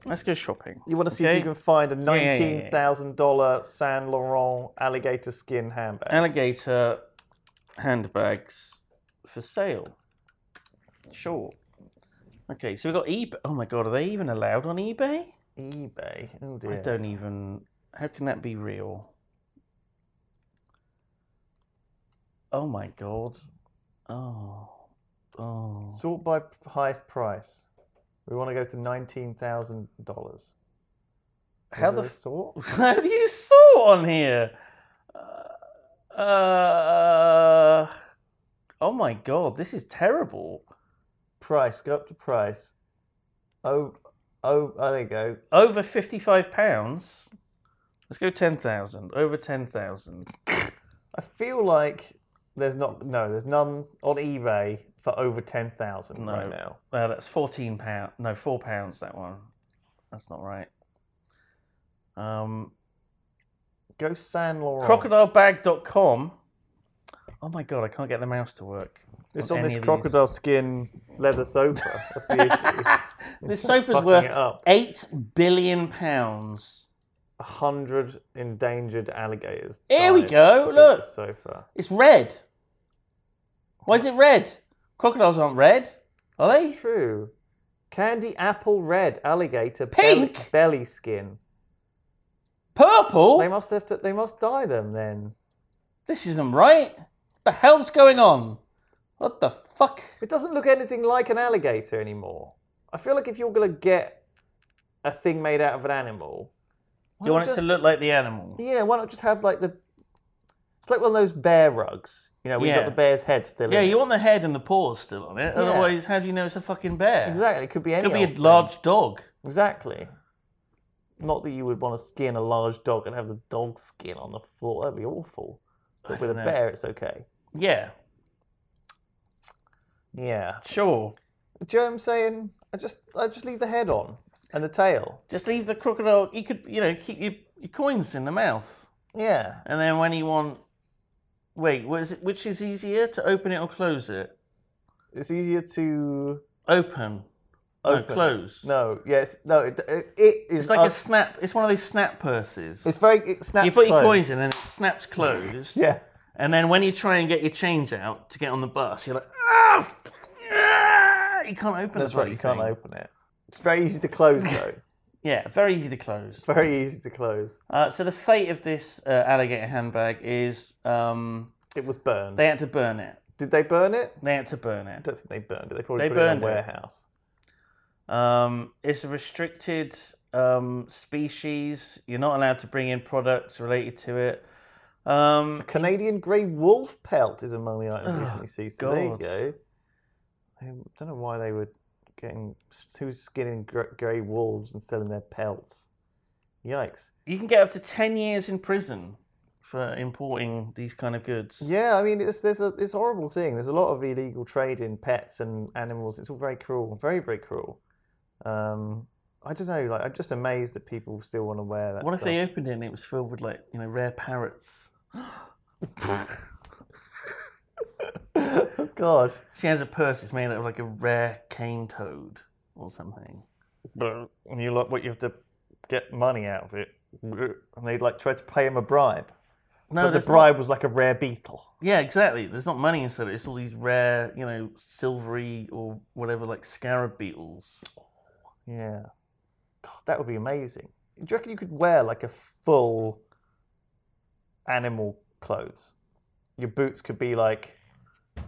S2: Let's go shopping.
S7: You want to see if
S2: Okay.
S7: you can find a
S2: yeah, yeah, yeah.
S7: nineteen thousand dollar Saint Laurent alligator skin handbag.
S2: Alligator handbags for sale. Sure. Okay, so we got eBay. Oh my god, are they even allowed on eBay?
S7: eBay. Oh dear.
S2: I don't even. How can that be real? Oh my god. Oh. Oh.
S7: Sort by p- highest price. We want to go to nineteen thousand dollars.
S2: How
S7: Is
S2: the
S7: there a sort?
S2: How do you saw on here? Uh, uh, oh my god, this is terrible.
S7: Price, go up to price. Oh, oh, oh, there you go.
S2: Over fifty-five pounds. Let's go ten thousand. Over ten thousand.
S7: I feel like there's not, no, there's none on eBay for over 10,000 right
S2: No.
S7: now.
S2: Well, that's fourteen pound. No, four pounds. That one. That's not right. Um,
S7: Go San Laurent.
S2: crocodilebag.com. Oh my god, I can't get the mouse to work.
S7: It's
S2: on
S7: on
S2: any
S7: this
S2: of these.
S7: crocodile skin leather sofa. That's the issue.
S2: This sofa's
S7: fucking
S2: worth
S7: it up.
S2: eight billion pounds.
S7: A hundred endangered alligators.
S2: Here we
S7: died
S2: go,
S7: to build
S2: look.
S7: this sofa.
S2: It's red. Why is it red? Crocodiles aren't red, are they?
S7: True. Candy apple red alligator bell-
S2: Pink?
S7: belly skin.
S2: Purple?
S7: They must have to. They must dye them then.
S2: This isn't right. What the hell's going on? What the fuck?
S7: It doesn't look anything like an alligator anymore. I feel like if you're gonna get a thing made out of an animal, why
S2: you
S7: not
S2: want it
S7: just-
S2: to look like the animal?
S7: Yeah, why not just have like the? It's like one of those bear rugs. You know, we've
S2: Yeah.
S7: got the bear's head still.
S2: Yeah,
S7: in it.
S2: you want the head and the paws still on it. Otherwise, how do you know it's a fucking bear?
S7: Exactly. It could be
S2: It
S7: any.
S2: could be
S7: old
S2: a
S7: thing.
S2: large dog.
S7: Exactly. Not that you would want to skin a large dog and have the dog skin on the floor. That'd be awful. But with a
S2: don't know.
S7: bear, it's okay.
S2: Yeah,
S7: Yeah.
S2: sure.
S7: Do you know what I'm saying? I just, I just leave the head on and the tail.
S2: Just leave the crocodile. You could, you know, keep your, your coins in the mouth,
S7: Yeah.
S2: and then when you want, wait, what is it, which is easier to open it or close it?
S7: It's easier to
S2: Open.
S7: open. it.
S2: No, close.
S7: No. Yes. No. It, it, it is.
S2: It's like
S7: un-
S2: a snap. It's one of these snap purses.
S7: It's very. It snaps
S2: you put your coins
S7: closed.
S2: in and it snaps closed.
S7: Yeah.
S2: And then when you try and get your change out to get on the bus, you're like, ah, f- ah," you can't open.
S7: That's
S2: the
S7: right.
S2: bloody
S7: You can't
S2: thing.
S7: open it. It's very easy to close though.
S2: Yeah, very easy to close.
S7: very easy to close.
S2: Uh, so the fate of this uh, alligator handbag is um,
S7: It was burned.
S2: they had to burn it.
S7: Did they burn it?
S2: They had to burn
S7: I
S2: it.
S7: don't think they burned it. They probably
S2: They
S7: put
S2: burned it.
S7: it in a warehouse.
S2: Um, it's a restricted um, species. You're not allowed to bring in products related to it. Um,
S7: Canadian grey wolf pelt is among the items recently seized. So there you
S2: God.
S7: go. I don't know why they were getting who's skinning gr- grey wolves and selling their pelts. Yikes!
S2: you can get up to 10 years in prison for importing these kind of goods.
S7: Yeah, I mean it's there's a it's a horrible thing. There's a lot of illegal trade in pets and animals. It's all very cruel, very very cruel. Um, I don't know. Like I'm just amazed that people still want to wear that.
S2: what if
S7: stuff.
S2: they opened it and it was filled with like, you know, rare parrots?
S7: Oh, God.
S2: She has a purse that's made out of like a rare cane toad or something.
S7: but and you like what you have to get money out of it, and they like tried to pay him a bribe,
S2: No,
S7: but the
S2: there's not-
S7: bribe was like a rare beetle.
S2: yeah, exactly. There's not money inside it. It's all these rare, you know, silvery or whatever, like scarab beetles.
S7: Yeah, God, that would be amazing. Do you reckon you could wear like a full animal clothes? Your boots could be like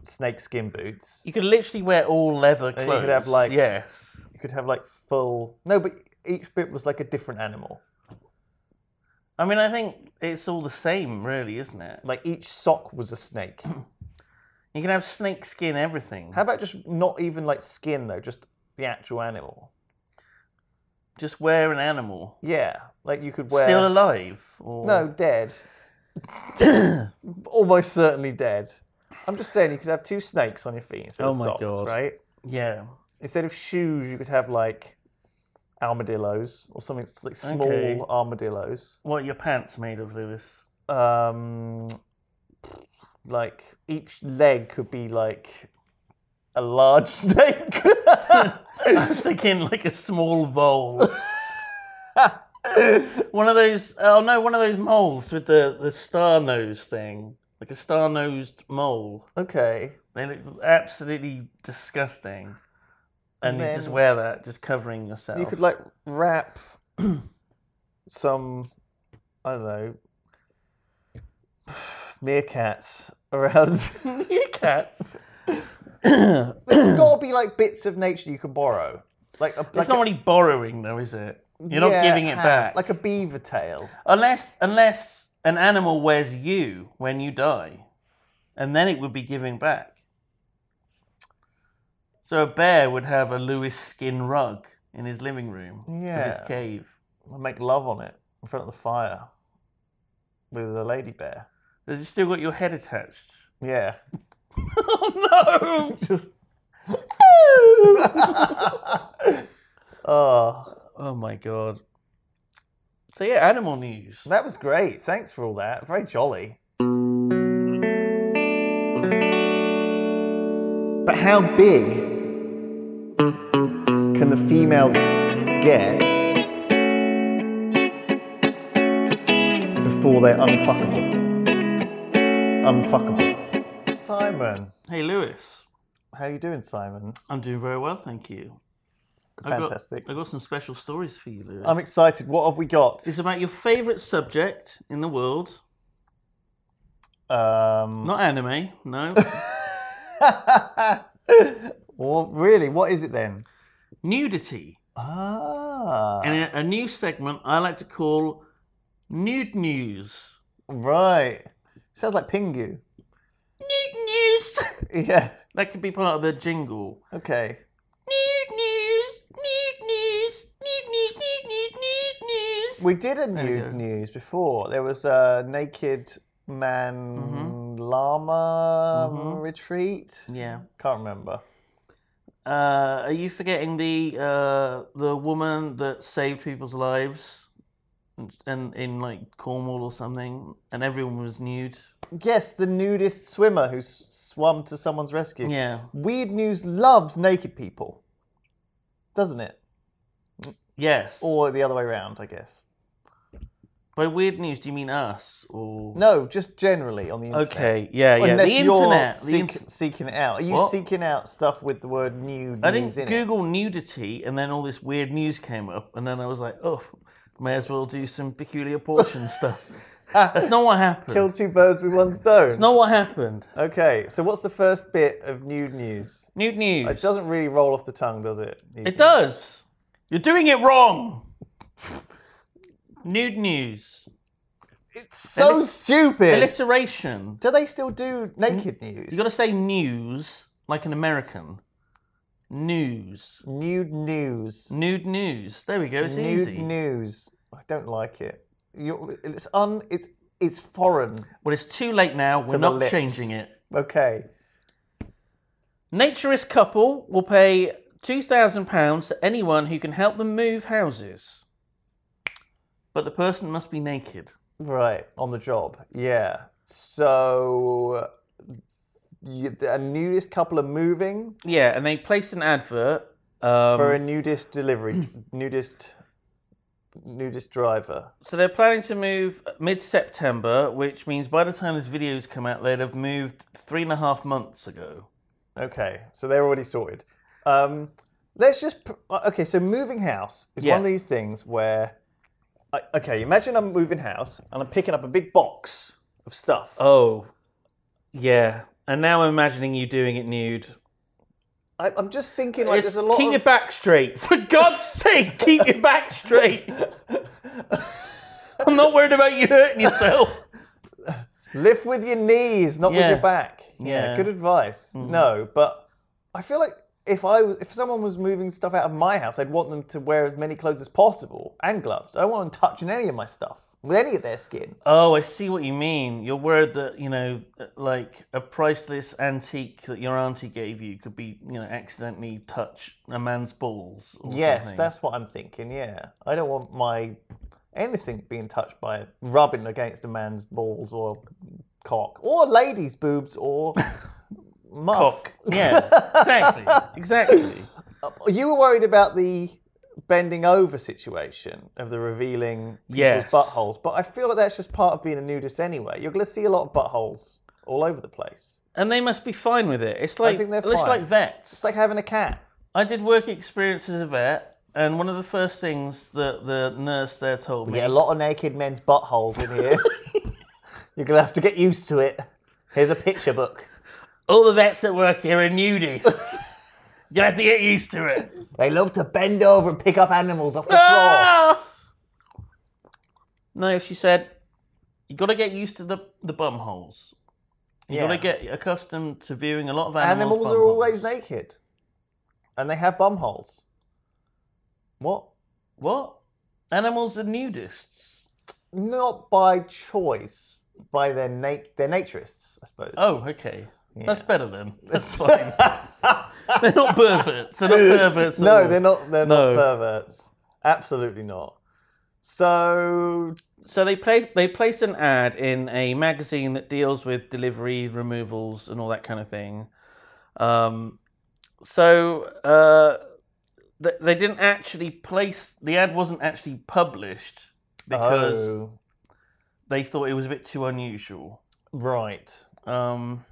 S7: snake skin boots.
S2: You could literally wear all leather
S7: could
S2: clothes.
S7: have, like-
S2: yes,
S7: You could have like full no, but each bit was like a different animal.
S2: I mean, I think it's all the same, really, isn't it?
S7: Like each sock was a snake.
S2: You can have snake skin everything.
S7: How about just not even like skin though, just the actual animal?
S2: Just wear an animal,
S7: Yeah, like you could wear
S2: still alive. Or...
S7: No, dead. Almost certainly dead. I'm just saying you could have two snakes on your feet instead
S2: Oh
S7: of
S2: my
S7: socks,
S2: God.
S7: right?
S2: Yeah.
S7: Instead of shoes, you could have like armadillos or something s- like small
S2: Okay.
S7: armadillos.
S2: What are your pants made of, Lewis?
S7: Um, like each leg could be like a large snake.
S2: I was thinking like a small vole. one of those, oh no, one of those moles with the, the star nose thing. Like a star nosed mole.
S7: okay.
S2: They look absolutely disgusting. And,
S7: And
S2: you just
S7: then-
S2: wear that, just covering yourself.
S7: You could like wrap some, I don't know, meerkats around.
S2: cats.
S7: There's got to be like bits of nature you can borrow, like a, like
S2: it's not
S7: a-
S2: really borrowing though, is it? You're not giving it
S7: have,
S2: back.
S7: Like a beaver tail.
S2: Unless unless an animal wears you when you die, and then it would be giving back. So a bear would have a Lewis skin rug in his living room of
S7: Yeah.
S2: his cave.
S7: I make love on it in front of the fire with a lady bear.
S2: Has it still got your head attached?
S7: Yeah.
S2: Oh no!
S7: Oh,
S2: oh my god. So yeah, animal news.
S7: that was great. Thanks for all that. Very jolly. But how big can the female get before they're unfuckable? Unfuckable. Simon.
S2: Hey Lewis,
S7: How you doing, Simon?
S2: I'm doing very well, thank you. I've got-
S7: Fantastic.
S2: I've got, some special stories for you, Lewis.
S7: I'm excited. What have we got?
S2: It's about your favourite subject in the world.
S7: Um,
S2: Not anime, no.
S7: well, really, what is it then?
S2: Nudity.
S7: Ah,
S2: And a, a new segment I like to call Nude News.
S7: right. Sounds like Pingu.
S2: Nude News!
S7: Yeah.
S2: that could be part of the jingle.
S7: Okay.
S2: Nude News! Nude News! Nude News! Nude News! Nude News!
S7: We did
S2: you
S7: a nude
S2: go.
S7: news before. There was a naked man llama retreat.
S2: Mm-hmm. Yeah.
S7: Can't remember.
S2: Uh, are you forgetting the uh, the woman that saved people's lives? And- And in like Cornwall or something, and everyone was nude.
S7: Yes, the nudist swimmer who s- swum to someone's rescue.
S2: Yeah,
S7: Weird News loves naked people, doesn't it?
S2: yes.
S7: Or the other way around, I guess.
S2: By weird news, do you mean us or?
S7: No, just generally on the internet.
S2: Okay. Yeah. Yeah.
S7: Unless
S2: the
S7: you're
S2: internet. the
S7: seek-
S2: inter-
S7: seeking it out. Are you
S2: What?
S7: seeking out stuff with the word nude
S2: I
S7: news
S2: didn't
S7: in
S2: Google nudity, and then all this weird news came up, and then I was like, oh, may as well do some peculiar portion stuff. That's not what happened.
S7: it? Kill two birds with one stone.
S2: That's not what happened.
S7: Okay, so what's the first bit of nude news?
S2: Nude news.
S7: It doesn't really roll off the tongue, does it? Nude
S2: It
S7: news.
S2: does. You're doing it wrong. Nude news.
S7: It's so
S2: Alli-
S7: stupid.
S2: Alliteration.
S7: do they still do naked news?
S2: You got to say news like an American. News.
S7: nude news.
S2: Nude news. There we go. It's
S7: nude
S2: easy.
S7: news. I don't like it. you it's un. It's it's foreign.
S2: Well, it's too late now. We're
S7: the
S2: not
S7: lips.
S2: changing it.
S7: Okay.
S2: Naturist couple will pay £2,000 to anyone who can help them move houses. But the person must be naked.
S7: Right, on the job. Yeah. So you, a nudist couple are moving
S2: Yeah, and they placed an advert. Um,
S7: for a nudist delivery, nudist nudist driver.
S2: so they're planning to move mid September, which means by the time this video's come out, they'd have moved three and a half months ago.
S7: Okay, so they're already sorted. Um, let's just p- uh, okay. So moving house is one of
S2: Yeah.
S7: these things where, I, okay, imagine I'm moving house and I'm picking up a big box of stuff.
S2: Oh, yeah. And now I'm imagining you doing it nude.
S7: I, I'm just thinking like
S2: It's-
S7: there's a lot
S2: keep
S7: of
S2: your back straight. For God's sake, keep your back straight. I'm not worried about you hurting yourself.
S7: Lift with your knees, not with
S2: Yeah.
S7: your back. Yeah,
S2: Yeah. Mm-hmm.
S7: good advice. No, but I feel like if I was, if someone was moving stuff out of my house, I'd want them to wear as many clothes as possible and gloves. I don't want them touching any of my stuff with any of their skin.
S2: oh, I see what you mean. You're worried that, you know, like a priceless antique that your auntie gave you could be, you know, accidentally touch a man's balls. Or
S7: yes,
S2: something.
S7: that's what I'm thinking. Yeah, I don't want my anything being touched by rubbing against a man's balls or cock or ladies' boobs or muff.
S2: cock. Yeah, exactly. Exactly.
S7: You were worried about the bending over situation of the revealing people's
S2: Yes.
S7: buttholes, but I feel like that's just part of being a nudist anyway. You're going to see a lot of buttholes all over the place.
S2: And they must be fine with it. It's like,
S7: think they're
S2: it's
S7: fine.
S2: like vets.
S7: It's like having a cat.
S2: I did work experience as a vet, and one of the first things that the nurse there told
S7: We
S2: me.
S7: get a lot of naked men's buttholes in here. You're going to have to get used to it. Here's a picture book.
S2: all the vets that work here are nudists. You'll have to get used to it.
S3: They love to bend over and pick up animals off the floor.
S2: Ah! No, she said, you got to get used to the the bum holes. You got to get accustomed to viewing a lot of animals.
S7: Animals
S2: bum
S7: are always
S2: holes.
S7: naked, and they have bum holes. What?
S2: What? Animals are nudists.
S7: Not by choice, by their na- they're naturists, I suppose.
S2: Oh, okay. That's better then. That's fine.
S7: fine.
S2: they're not perverts. They're not perverts. at
S7: no,
S2: all.
S7: they're not. They're
S2: No.
S7: not perverts. Absolutely not. So
S2: So they play, they place an ad in a magazine that deals with delivery removals and all that kind of thing. Um, so uh, th- they didn't actually place the ad wasn't actually published because
S7: Oh,
S2: they thought it was a bit too unusual.
S7: right.
S2: Um,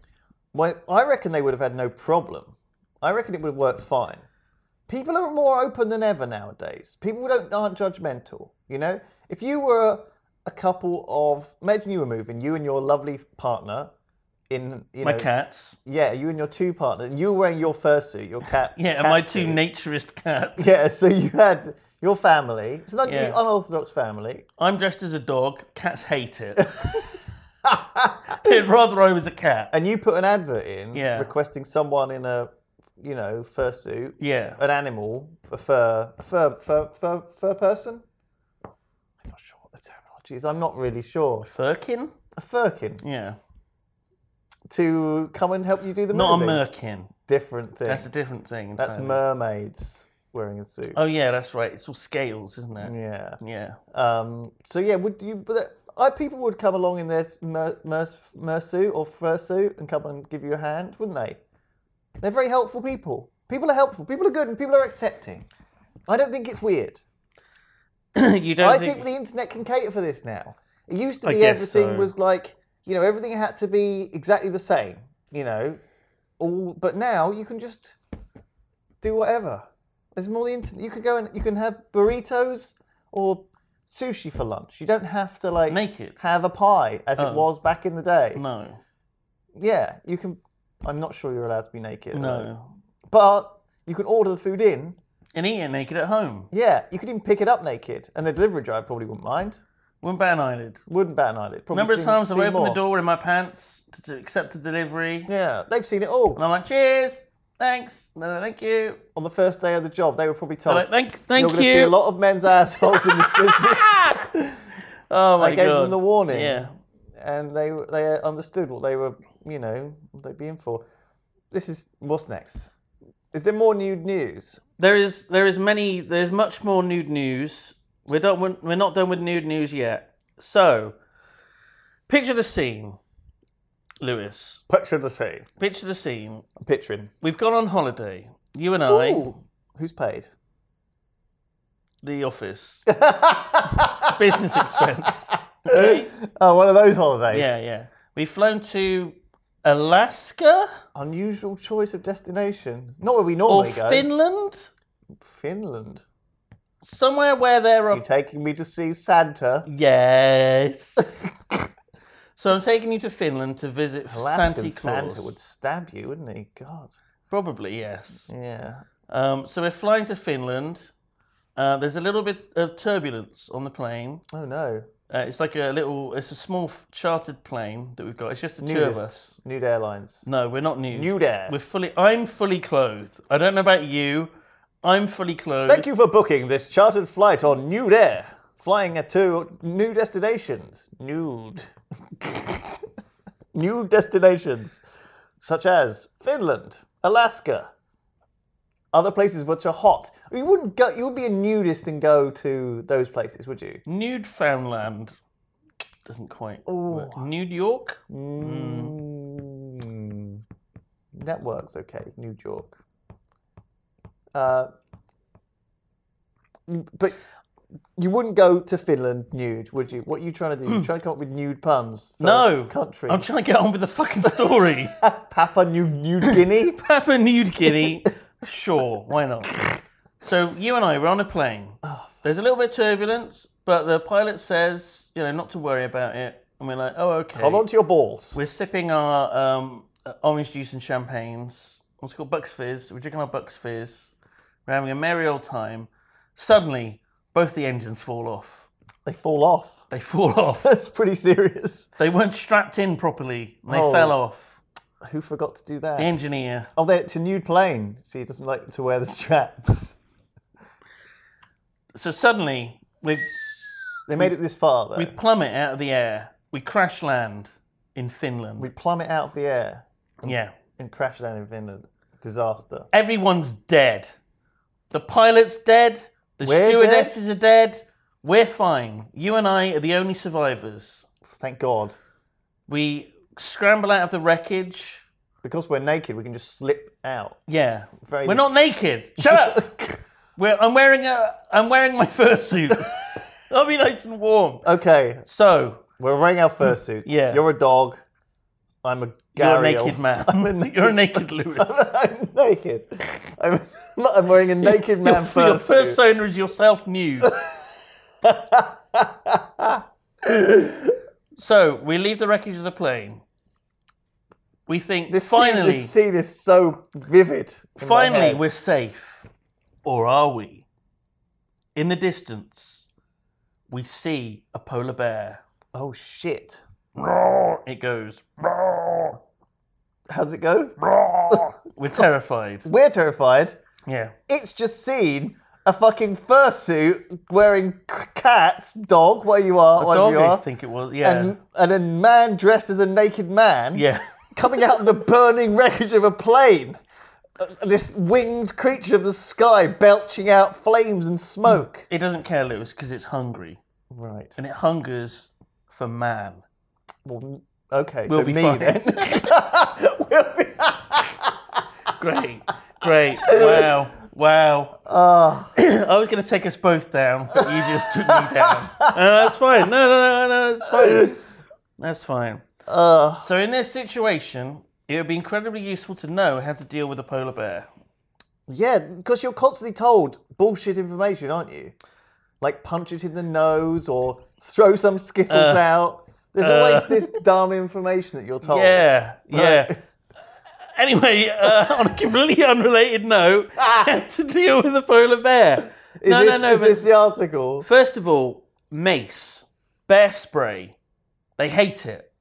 S7: Well, I reckon they would have had no problem. I reckon it would have worked fine. People are more open than ever nowadays. People don't aren't judgmental. You know, if you were a couple of imagine you were moving, you and your lovely partner, in you
S2: my
S7: know,
S2: cats,
S7: yeah, you and your two partner, and you were wearing your fursuit, your cat,
S2: yeah, and
S7: cat
S2: my two
S7: suit.
S2: naturist cats.
S7: yeah. So you had your family. It's not
S2: Yeah.
S7: an unorthodox family.
S2: I'm dressed as a dog. Cats hate it. They'd rather I was a cat.
S7: and you put an advert in
S2: Yeah.
S7: requesting someone in a you know fursuit
S2: Yeah.
S7: an animal a fur a fur fur fur, fur person i'm not sure what the terminology is i'm not really sure
S2: Furkin?
S7: a furkin
S2: Yeah.
S7: to come and help you do the
S2: Not a
S7: movie.
S2: merkin.
S7: different thing
S2: That's
S7: that's,
S2: a different thing. entirely.
S7: mermaids wearing a suit
S2: Oh yeah, that's right. It's all scales, isn't it?
S7: yeah
S2: Yeah.
S7: um so yeah would you but that- I, people would come along in their s- mer, mer, mersuit or fursuit and come and give you a hand, wouldn't they? They're very helpful people. People are helpful. People are good and people are accepting. I don't think it's weird.
S2: you don't
S7: Uh, I
S2: think,
S7: think the internet can cater for this now. It used to
S2: I
S7: be
S2: guess
S7: everything
S2: so.
S7: was like, you know, everything had to be exactly the same, you know. All but now you can just do whatever. There's more the internet. You can go and you can have burritos or sushi for lunch. You don't have to like
S2: Make it.
S7: have a pie as
S2: Oh.
S7: it was back in the day.
S2: no,
S7: Yeah, you can I'm not sure you're allowed to be naked. though.
S2: no,
S7: But you can order the food in.
S2: and eat it naked at home.
S7: Yeah, you could even pick it up naked, and the delivery driver probably wouldn't mind.
S2: Wouldn't bat an eyelid.
S7: Wouldn't bat an eyelid. Probably
S2: Number of
S7: seen-
S2: times I've
S7: seen
S2: opened the
S7: more.
S2: door in my pants to, to accept a delivery,
S7: Yeah, they've seen it all.
S2: and I'm like, "Cheers, thanks, no, no, thank you."
S7: On the first day of the job, they were probably
S2: I'm
S7: told,
S2: like, "Thank,
S7: Oh. "You're
S2: thank
S7: going to
S2: you."
S7: see a lot of men's assholes in this business,"
S2: oh my
S7: I gave them
S2: god!
S7: the warning.
S2: Yeah,
S7: and they they understood what they were, you know, what they'd be in for. This is what's next. Is there more nude news?
S2: there is there is many there's much more nude news. We're done. We're, we're not done with nude news yet. So, picture the scene, Lewis.
S7: Picture the scene.
S2: Picture the scene.
S7: I'm picturing.
S2: We've gone on holiday. You and I,
S7: Ooh, who's paid?
S2: the office, business expense.
S7: Oh, one of those holidays.
S2: Yeah, yeah. We've flown to Alaska
S7: Unusual choice of destination. Not where we
S2: or
S7: normally go.
S2: Finland,
S7: Finland.
S2: somewhere where there
S7: You
S2: are.
S7: taking me to see Santa?
S2: Yes. so I'm taking you to Finland to visit for Santa
S7: Alaskan
S2: Claus.
S7: Santa would stab you, wouldn't he? God.
S2: Probably yes.
S7: Yeah.
S2: Um, so we're flying to Finland. Uh, there's a little bit of turbulence on the plane.
S7: Oh no.
S2: Uh, it's like a little. It's a small f- chartered plane that we've got. It's just the two of us.
S7: Nudist. Nude Airlines.
S2: No, we're not nude.
S7: Nude Air.
S2: We're fully. I'm fully clothed. I don't know about you. I'm fully clothed.
S7: Thank you for booking this chartered flight on Nude Air, flying at two new destinations. Nude. new destinations, such as Finland, Alaska, other places which are hot. You wouldn't go. You would be a nudist and go to those places, would you?
S2: Newfoundland doesn't quite. work. New York.
S7: Mm. That works okay, New York. Uh, mm, but you wouldn't go to Finland nude, would you? What are you trying to do? You're trying to come up with nude puns for
S2: No
S7: countries.
S2: I'm trying to get on with the fucking story.
S7: Papua New, New Guinea?
S2: Papua New Guinea. Sure, why not? So you and I were on a plane. There's a little bit of turbulence, but the pilot says, you know, not to worry about it. And we're like, oh, okay.
S7: Hold on to your balls.
S2: uh, We're sipping our um, orange juice and champagnes. what's it called Bucks Fizz. We're drinking our Bucks Fizz. We're having a merry old time. Suddenly, both the engines fall off.
S7: They fall off.
S2: They fall off.
S7: That's pretty serious.
S2: they weren't strapped in properly. And they
S7: Oh.
S2: fell off.
S7: Who forgot to do that?
S2: The engineer.
S7: Oh, they, it's a nude plane. See, it doesn't like to wear the straps.
S2: So suddenly, we
S7: They made it this far, though.
S2: we
S7: We,
S2: plummet out of the air. We crash land in Finland.
S7: plummet out of the air
S2: yeah.
S7: and crash down in Finland. Disaster.
S2: Everyone's dead. The pilot's dead. The
S7: We're
S2: stewardesses are dead. We're fine. You and I are the only survivors.
S7: Thank God.
S2: We scramble out of the wreckage.
S7: Because we're naked, we can just slip out.
S2: Yeah.
S7: Very-
S2: We're not naked. Shut up. We're, I'm wearing a. I'm wearing my fursuit. I'll be nice and warm.
S7: Oh, Okay,
S2: So
S7: we're wearing our fursuits.
S2: Yeah.
S7: You're a dog. I'm a
S2: you're a
S7: Gary.
S2: naked man.
S7: I'm a naked,
S2: You're a naked Lewis.
S7: I'm naked. I'm, I'm wearing a naked man
S2: So your
S7: fursuit.
S2: persona is yourself nude. so we leave the wreckage of the plane. We think
S7: This
S2: finally,
S7: scene, this scene is so vivid. in my
S2: finally,
S7: head.
S2: we're safe, or are we? In the distance, we see a polar bear.
S7: oh shit.
S2: It goes.
S7: How's it go?
S2: We're terrified.
S7: We're terrified.
S2: Yeah.
S7: It's just seen a fucking fursuit wearing c- cats, dog, where you are, whatever
S2: Dog,
S7: you
S2: I
S7: are,
S2: think it was. Yeah.
S7: and and a man dressed as a naked man
S2: yeah.
S7: coming out of the burning wreckage of a plane. Uh, This winged creature of the sky belching out flames and smoke.
S2: It doesn't care, Lewis, because it's hungry
S7: Right.
S2: and it hungers for man.
S7: Well, okay.
S2: We'll
S7: so
S2: be
S7: me
S2: fine.
S7: then. we'll be.
S2: Great, great. Wow, wow.
S7: Ah.
S2: I was going to take us both down, but you just took me down. No, that's fine. No, no, no, no, it's fine. That's fine.
S7: Ah.
S2: So, in this situation, it would be incredibly useful to know how to deal with a polar bear.
S7: Yeah, because you're constantly told bullshit information, aren't you? Like punch it in the nose or throw some skittles
S2: Uh,
S7: out. There's always this dumb information that you're told.
S2: Yeah, yeah. Anyway, uh, on a completely unrelated note, how to deal with a polar bear.
S7: Ah. Is
S2: no,
S7: this,
S2: no, no,
S7: Is
S2: but-
S7: this the article?
S2: First of all, mace, bear spray. They hate it.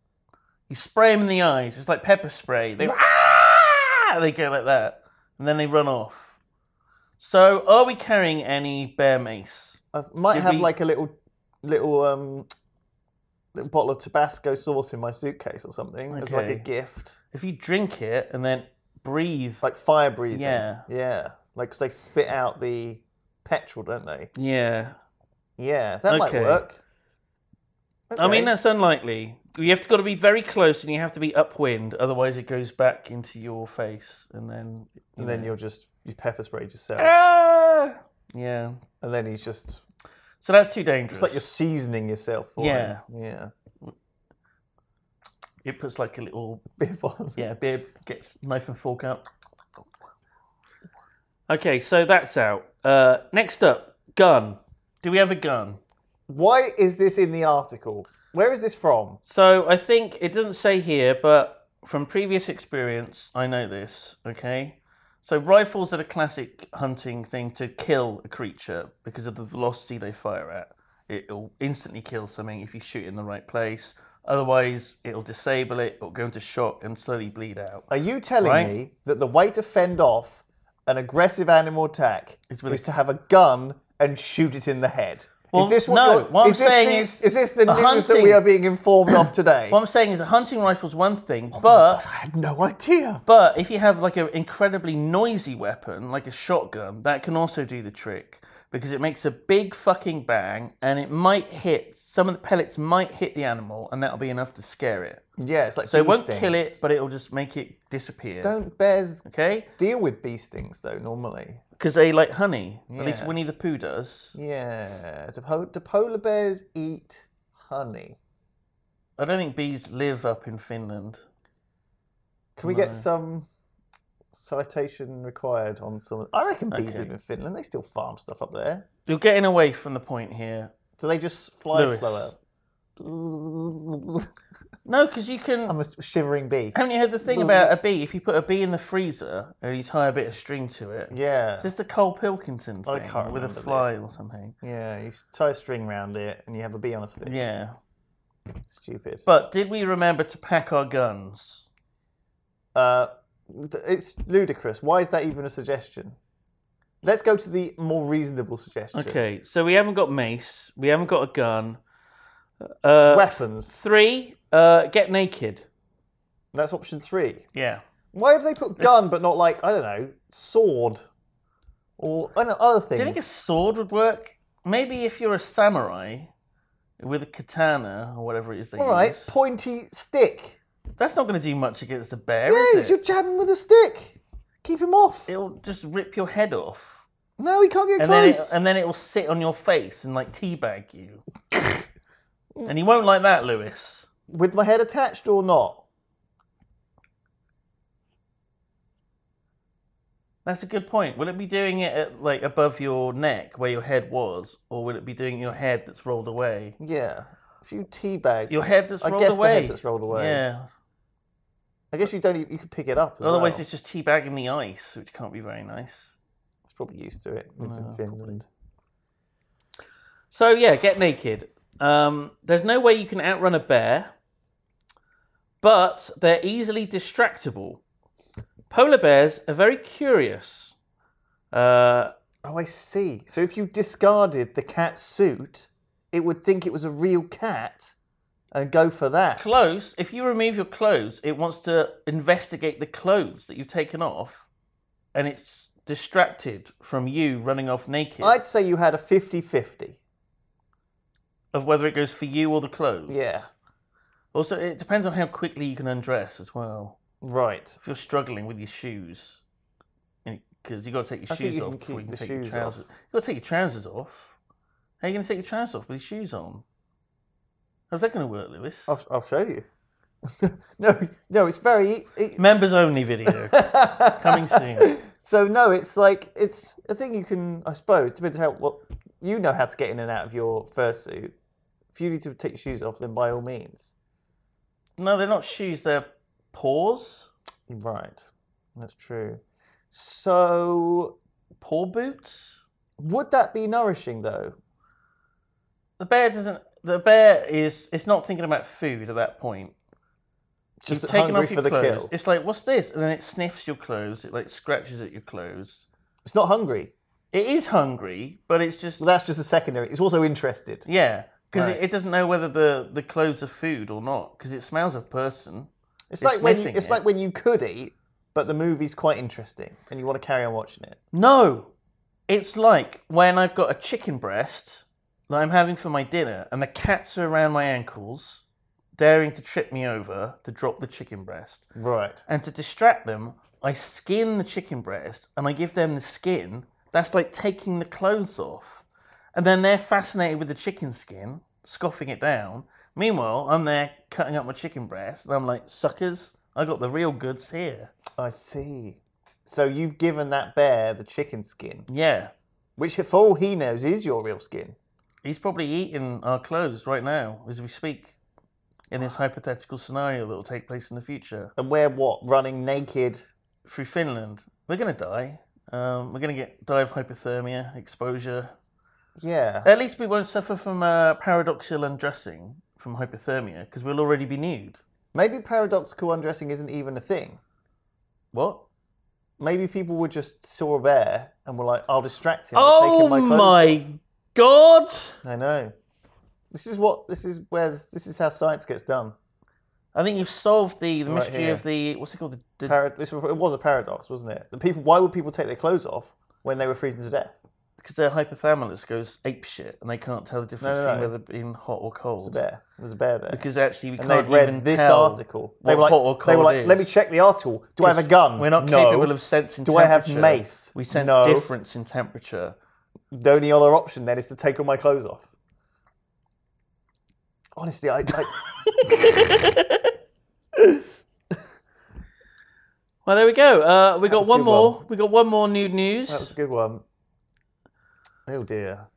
S2: You spray them in the eyes. It's like pepper spray. They ah! they go like that, and then they run off. So, are we carrying any bear mace?
S7: I might
S2: Did
S7: have
S2: we-
S7: like a little, little um, little bottle of Tabasco sauce in my suitcase or something. It's like a
S2: Okay.
S7: gift,
S2: If you drink it and then breathe,
S7: like fire breathing.
S2: Yeah.
S7: yeah. Like 'cause they spit out the petrol, don't they?
S2: yeah.
S7: Yeah, that might
S2: Okay.
S7: work.
S2: I mean,
S7: Okay.
S2: that's unlikely. You have to got to be very close, and you have to be upwind. Otherwise, it goes back into your face, and then
S7: and then you're just you pepper sprayed yourself,
S2: ah! yeah.
S7: and then he's just
S2: So that's too dangerous.
S7: It's like you're seasoning yourself for
S2: Yeah.
S7: it. Yeah.
S2: it puts like a little
S7: Bit of fun.
S2: Yeah, beer gets knife and fork out. Okay, so that's out. Uh, next up, gun. Do we have a gun?
S7: Why is this in the article? Where is this from?
S2: So I think it doesn't say here, but from previous experience, I know this. Okay, so rifles are the classic hunting thing to kill a creature because of the velocity they fire at. It'll instantly kill something if you shoot it in the right place. Otherwise, it'll disable it. It'll go into shock and slowly bleed out.
S7: Are you telling
S2: Right.
S7: me that the way to fend off an aggressive animal attack
S2: It's with
S7: is
S2: a-
S7: to have a gun and shoot it in the head?
S2: Well,
S7: is this what
S2: no,
S7: you're-
S2: what I'm
S7: is this
S2: saying
S7: the,
S2: is
S7: is this the
S2: a
S7: news that we
S2: hunting-
S7: are being informed of today?
S2: What I'm saying is a hunting rifle's one
S7: Oh
S2: thing, but
S7: I had no idea.
S2: But if you have like an incredibly noisy weapon, like a shotgun, that can also do the trick because it makes a big fucking bang and it might hit some of the pellets might hit the animal and that'll be enough to scare it.
S7: Yeah, it's like
S2: So it
S7: bee
S2: won't
S7: stings.
S2: kill it, but it'll just make it disappear.
S7: Don't bears
S2: Okay?
S7: deal with bee stings though normally?
S2: Because they like honey. At least
S7: Yeah.
S2: Winnie the Pooh does.
S7: Yeah, do, po- do polar bears eat honey?
S2: I don't think bees live up in Finland.
S7: Can we get some citation required on some? I reckon bees
S2: Okay.
S7: live in Finland. They still farm stuff up there.
S2: You're getting away from the point here.
S7: Do they just fly
S2: Lewis.
S7: slower?
S2: No, because you can.
S7: I'm a shivering bee.
S2: Haven't you heard the
S7: Mm-hmm.
S2: thing about a bee? If you put a bee in the freezer and you tie a bit of string to it,
S7: Yeah.
S2: it's just the Cole Pilkington thing
S7: I can't
S2: with a
S7: remember
S2: fly
S7: this.
S2: or something.
S7: Yeah, you s- tie a string round it and you have a bee on a stick.
S2: Yeah,
S7: Stupid.
S2: but did we remember to pack our guns?
S7: Uh, th- it's ludicrous. Why is that even a suggestion? Let's go to the more reasonable suggestion.
S2: Okay, so we haven't got mace, we haven't got a gun. Uh,
S7: Weapons.
S2: Three, uh, get naked.
S7: That's option three.
S2: Yeah.
S7: Why have they put gun but not like I don't know sword or I don't know, other
S2: Do
S7: things?
S2: you think a sword would work? Maybe if you're a samurai with a katana or whatever it is they
S7: All right,
S2: use.
S7: pointy stick.
S2: That's not going to do much against a bear,
S7: Yeah,
S2: is
S7: you're
S2: it?
S7: jabbing with a stick. Keep him off.
S2: It'll just rip your head off.
S7: No, he can't get
S2: and then it,
S7: close.
S2: and then it will sit on your face and like teabag you. and you won't like that, Lewis.
S7: With my head attached or not?
S2: That's a good point. Will it be doing it at, like above your neck where your head was, or will it be doing your head that's rolled away?
S7: Yeah. If you teabag,
S2: Your head that's
S7: I
S2: rolled
S7: guess the
S2: away.
S7: head that's rolled away.
S2: Yeah.
S7: I guess you don't. e- You could pick it up. As
S2: Otherwise,
S7: well.
S2: it's just teabagging the ice, which can't be very nice.
S7: It's probably used to it. Lived in Finland.
S2: So yeah, get naked. Um, there's no way you can outrun a bear, but they're easily distractible. Polar bears are very curious. Uh,
S7: Oh, I see. So if you discarded the cat's suit, it would think it was a real cat and go for that.
S2: clothes. If you remove your clothes, it wants to investigate the clothes that you've taken off, and it's distracted from you running off naked
S7: I'd say you had a 50 50.
S2: of whether it goes for you or the clothes.
S7: Yeah.
S2: Also, it depends on how quickly you can undress as well.
S7: Right.
S2: If you're struggling with your shoes, because you got to take your
S7: I think
S2: shoes
S7: you
S2: off
S7: can
S2: before you
S7: keep
S2: can
S7: the
S2: take your
S7: shoes
S2: trousers.
S7: off.
S2: You got to take your trousers off. How are you going to take your trousers off with your shoes on? How's that going to work, Lewis?
S7: I'll, I'll show you. no, no, it's very. e, It,
S2: Members only video coming soon.
S7: so, no, it's like, it's a thing you can, I suppose, depends how, what, you know how to get in and out of your fursuit. If you need to take your shoes off, then by all means.
S2: No, they're not shoes. They're paws.
S7: Right. That's true. So,
S2: Paw boots.
S7: would that be nourishing though?
S2: The bear doesn't. The bear is. It's not thinking about food at that point.
S7: Just
S2: You've taken
S7: hungry
S2: off your
S7: for the
S2: clothes.
S7: kill.
S2: It's like, what's this? And then it sniffs your clothes. It like scratches at your clothes.
S7: It's not hungry.
S2: It is hungry, but it's just
S7: Well, that's just a secondary. It's also interested.
S2: Yeah, because
S7: Right.
S2: it, it doesn't know whether the, the clothes are food or not, because it smells of person.
S7: It's
S2: You're
S7: like when you,
S2: sniffing
S7: it's
S2: it.
S7: like when you could eat, but the movie's quite interesting and you want to carry on watching it.
S2: No, it's like when I've got a chicken breast that I'm having for my dinner, and the cats are around my ankles, daring to trip me over to drop the chicken breast.
S7: Right.
S2: And to distract them, I skin the chicken breast and I give them the skin. That's like taking the clothes off. And then they're fascinated with the chicken skin, scoffing it down. Meanwhile, I'm there cutting up my chicken breast and I'm like, suckers, I got the real goods here.
S7: I see. So you've given that bear the chicken skin,
S2: Yeah,
S7: which for all he knows is your real skin.
S2: he's probably eating our clothes right now as we speak in this hypothetical scenario that will take place in the future
S7: And we're what? Running naked.
S2: through Finland. We're going to die. Um, we're going to get die of hypothermia, exposure,
S7: Yeah.
S2: At least we won't suffer from uh, paradoxical undressing from hypothermia because we'll already be nude.
S7: Maybe paradoxical undressing isn't even a thing.
S2: What?
S7: Maybe people would just saw a bear and were like, "I'll distract him." by
S2: Oh
S7: taking my, clothes
S2: my god!
S7: I know. This is what this is where this, this is how science gets done.
S2: I think you've solved the, the
S7: Right
S2: mystery
S7: here.
S2: of the what's it called? The, the,
S7: Parad- this, was- it was a paradox, wasn't it? The people, why would people take their clothes off when they were freezing to death?
S2: because their hypothalamus goes ape shit and they can't tell the difference
S7: no,
S2: between
S7: no.
S2: whether being hot or
S7: There's a
S2: cold.
S7: bear. There's a bear there.
S2: Because actually we
S7: and
S2: can't
S7: they'd read
S2: even
S7: this
S2: tell
S7: article. They
S2: what
S7: were like,
S2: hot or
S7: they were
S2: cold
S7: like, let me
S2: is."
S7: check the article. Do I have a gun?
S2: We're not
S7: no.
S2: capable of sensing
S7: Do I have
S2: temperature.
S7: mace?
S2: We sense
S7: No.
S2: difference in temperature.
S7: The only other option then is to take all my clothes off. Honestly, I, I
S2: Well, there we go. Uh, we got
S7: was a
S2: one
S7: good
S2: more.
S7: one.
S2: We got one more nude news.
S7: that's a good one. Oh dear.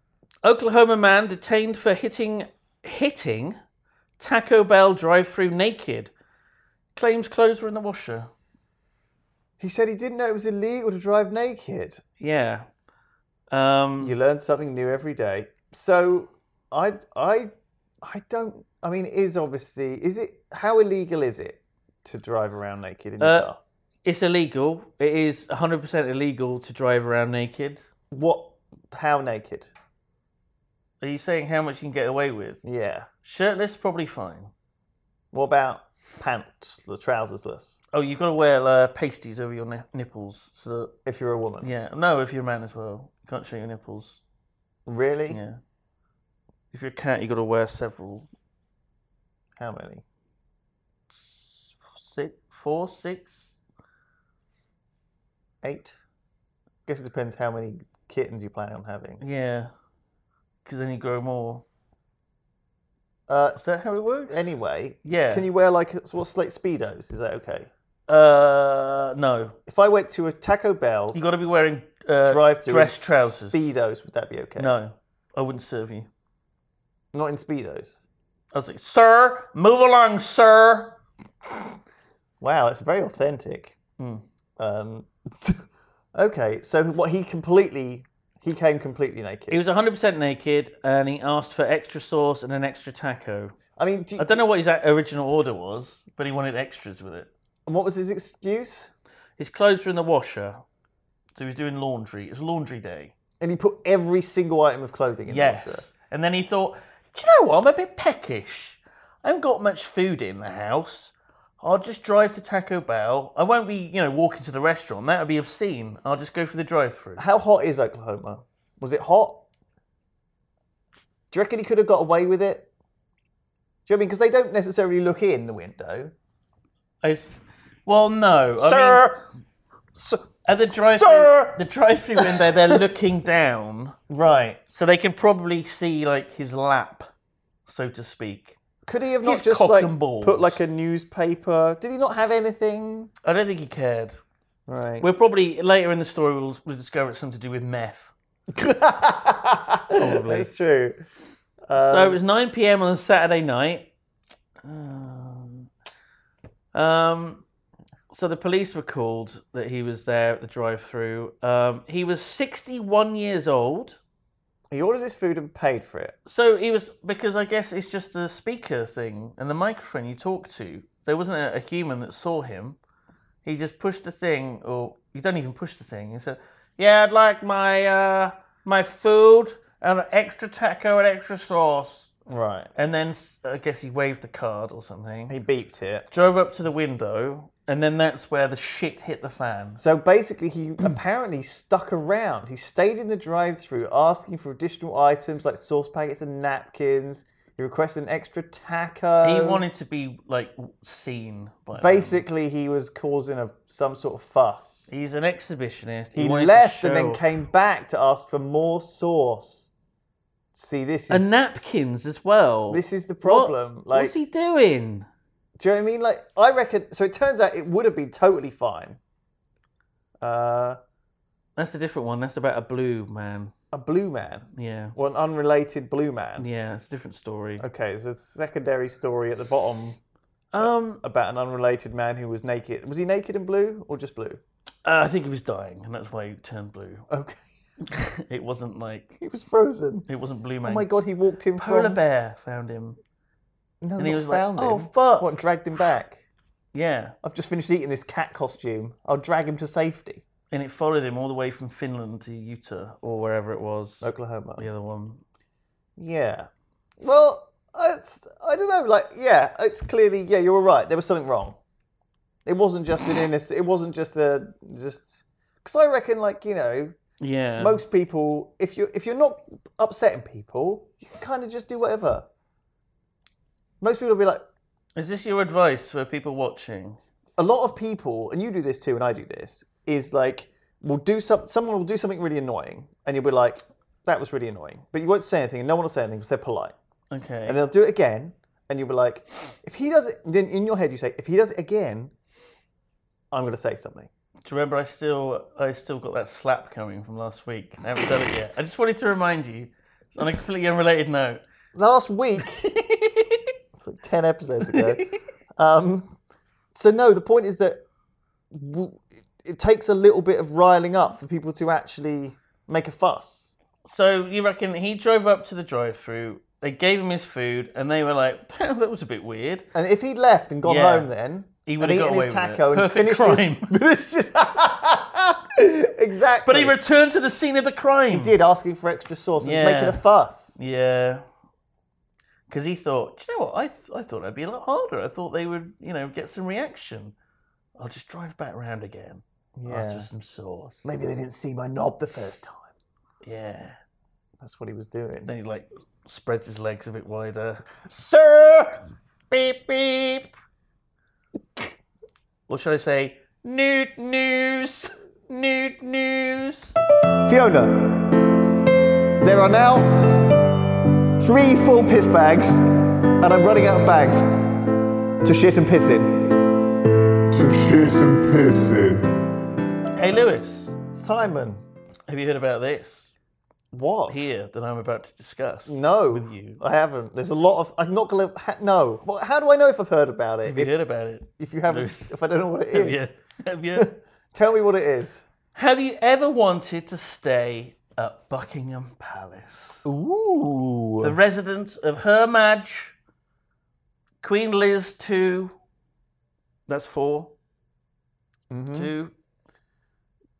S2: Oklahoma man detained for hitting hitting Taco Bell drive-through naked. Claims clothes were in the washer.
S7: He said he didn't know it was illegal to drive naked.
S2: Yeah. Um,
S7: You learn something new every day. So I I I don't I mean it is obviously is it how illegal is it to drive around naked in your
S2: Uh,
S7: car?
S2: It's illegal. It is 100% illegal to drive around naked.
S7: What how naked?
S2: Are you saying how much you can get away with?
S7: Yeah.
S2: Shirtless, probably fine.
S7: What about pants, the trousersless,
S2: Oh, you've got to wear uh, pasties over your ni- nipples. So
S7: if you're a woman?
S2: that, yeah, no, if you're a man as well, you can't show your nipples.
S7: Really?
S2: Yeah. If you're a cat, you've got to wear several.
S7: How many?
S2: S- Six, four, six.
S7: Eight? guess it depends how many kittens you plan on having.
S2: Yeah. Because then you grow more.
S7: Uh,
S2: Is that how it works?
S7: anyway,
S2: Yeah.
S7: can you wear like what's like speedos? Is that okay?
S2: Uh, no.
S7: If I went to a Taco Bell
S2: You got to be wearing uh,
S7: drive through
S2: dress trousers.
S7: speedos, would that be okay?
S2: No, I wouldn't serve you.
S7: not in speedos.
S2: I was like, sir, move along, sir.
S7: Wow, it's very authentic.
S2: Hmm.
S7: Um, okay, so what he completely he came completely naked.
S2: He was 100% naked and he asked for extra sauce and an extra taco.
S7: I mean, do you,
S2: I don't know what his a- original order was, but he wanted extras with it.
S7: what was his excuse?
S2: His clothes were in the washer, so he was doing laundry. It was laundry day.
S7: And he put every single item of clothing in
S2: Yes.
S7: the washer.
S2: And then he thought, do you know what? I'm a bit peckish. I haven't got much food in the house. I'll just drive to Taco Bell. I won't be, you know, walking to the restaurant. That would be obscene. I'll just go for the drive through.
S7: How hot is Oklahoma? Was it hot? Do you reckon he could have got away with it? Do you know what I mean? Because they don't necessarily look in the window.
S2: It's, well, no. I mean-
S7: Sir!
S2: At the drive
S7: Sir!
S2: the drive through window, they're looking down,
S7: Right.
S2: so they can probably see like his lap, so to speak.
S7: Could he have not
S2: His
S7: just
S2: cock
S7: like
S2: and balls.
S7: put like a newspaper? Did he not have anything?
S2: I don't think he cared.
S7: Right.
S2: We'll probably later in the story we'll, we'll discover it's something to do with meth.
S7: Probably. That's true.
S2: so it was 9 p.m. on a Saturday night. Um, so the police were called that he was there at the drive through. Um, he was 61 years old.
S7: He ordered his food and paid for it.
S2: So it was because I guess it's just the speaker thing and the microphone you talk to. There wasn't a, a human that saw him. He just pushed the thing, or you don't even push the thing. He said, "Yeah, I'd like my uh, my food and an extra taco and extra sauce."
S7: Right.
S2: And then s- I guess he waved the card or something.
S7: He beeped it.
S2: Drove up to the window, and then that's where the shit hit the fan.
S7: So basically, he apparently stuck around. He stayed in the drive-through, asking for additional items like sauce packets and napkins. He requested an extra taco.
S2: He wanted to be like seen by. them.
S7: Basically, he was causing a some sort of fuss.
S2: He's an exhibitionist.
S7: He
S2: wanted to
S7: left and
S2: show
S7: then
S2: off.
S7: came back to ask for more sauce. See, this is
S2: and napkins as well.
S7: this is the
S2: What-
S7: problem. Like,
S2: what's he doing?
S7: do you know what I mean? Like, I reckon. So it turns out it would have been totally fine. Uh,
S2: That's a different one. That's about a blue man.
S7: a blue man,
S2: Yeah,
S7: or an unrelated blue man.
S2: yeah, it's a different story.
S7: Okay, there's a secondary story at the bottom
S2: Um,
S7: about an unrelated man who was naked. Was he naked and blue or just blue?
S2: uh, I think he was dying, and that's why he turned blue.
S7: Okay,
S2: It wasn't like
S7: he was frozen.
S2: it wasn't blue man.
S7: Oh my god, he walked him
S2: Polar
S7: from.
S2: bear found him.
S7: No,
S2: And he
S7: not
S2: was like,
S7: found
S2: "Oh,
S7: him.
S2: fuck."
S7: What? Dragged him back.
S2: Yeah,
S7: I've just finished eating this cat costume. I'll drag him to safety.
S2: and it followed him all the way from Finland to Utah or wherever it was.
S7: Oklahoma.
S2: The other one.
S7: Yeah. Well, it's, I don't know. Like, yeah, it's clearly yeah. You're right. There was something wrong. It wasn't just an innocent. It wasn't just a just because I reckon like you know
S2: Yeah.
S7: most people if you if you're not upsetting people you can kind of just do whatever. Most people will be like
S2: Is this your advice for people watching?
S7: a lot of people and you do this too and I do this is like will do some someone will do something really annoying and you'll be like that was really annoying but you won't say anything and no one will say anything because they're polite.
S2: Okay.
S7: and they'll do it again, and you'll be like, if he does it, then in your head you say, if he does it again, I'm going to say something.
S2: Do you remember I still I still got that slap coming from last week. I haven't done it yet. I just wanted to remind you. On a completely unrelated note.
S7: Last week, It's like 10 episodes ago. um, so, no, the point is that w- it- it takes a little bit of riling up for people to actually make a fuss.
S2: So you reckon he drove up to the drive-through? They gave him his food, and they were like, "That was a bit weird."
S7: And if he'd left and gone
S2: Yeah.
S7: home then,
S2: He
S7: and
S2: would've got
S7: eaten
S2: away
S7: his
S2: with it.
S7: taco and
S2: Perfect
S7: finished
S2: crime.
S7: his. finished- exactly.
S2: But he returned to the scene of the crime.
S7: He did asking for extra sauce and
S2: Yeah.
S7: making a fuss.
S2: Yeah. Because he thought, Do you know what? I, th- I thought it'd be a lot harder. I thought they would, you know, get some reaction. I'll just drive back round again.
S7: Yeah.
S2: Ask for some sauce.
S7: Maybe they didn't see my knob the first time.
S2: Yeah.
S7: That's what he was doing.
S2: Then he like spreads his legs a bit wider.
S7: Sir!
S2: Beep beep. Or should I say nude news? Nude news.
S5: Fiona, there are now three full piss bags, and I'm running out of bags to shit and piss in.
S8: To shit and piss in.
S2: Hey Lewis,
S7: Simon,
S2: have you heard about this
S7: what?
S2: here that I'm about to discuss?
S7: No,
S2: With you.
S7: I haven't. There's a lot of. I'm not gonna. Ha, no. Well, how do I know if I've heard about it?
S2: Have you
S7: If,
S2: heard about it?
S7: if you haven't,
S2: Lewis?
S7: if I don't know what it
S2: Have
S7: is,
S2: you? Have you?
S7: tell me what it is.
S2: Have you ever wanted to stay at Buckingham Palace?
S7: Ooh.
S2: The residence of Her Maj, Queen Liz II, that's 4
S7: Mm-hmm.
S2: two,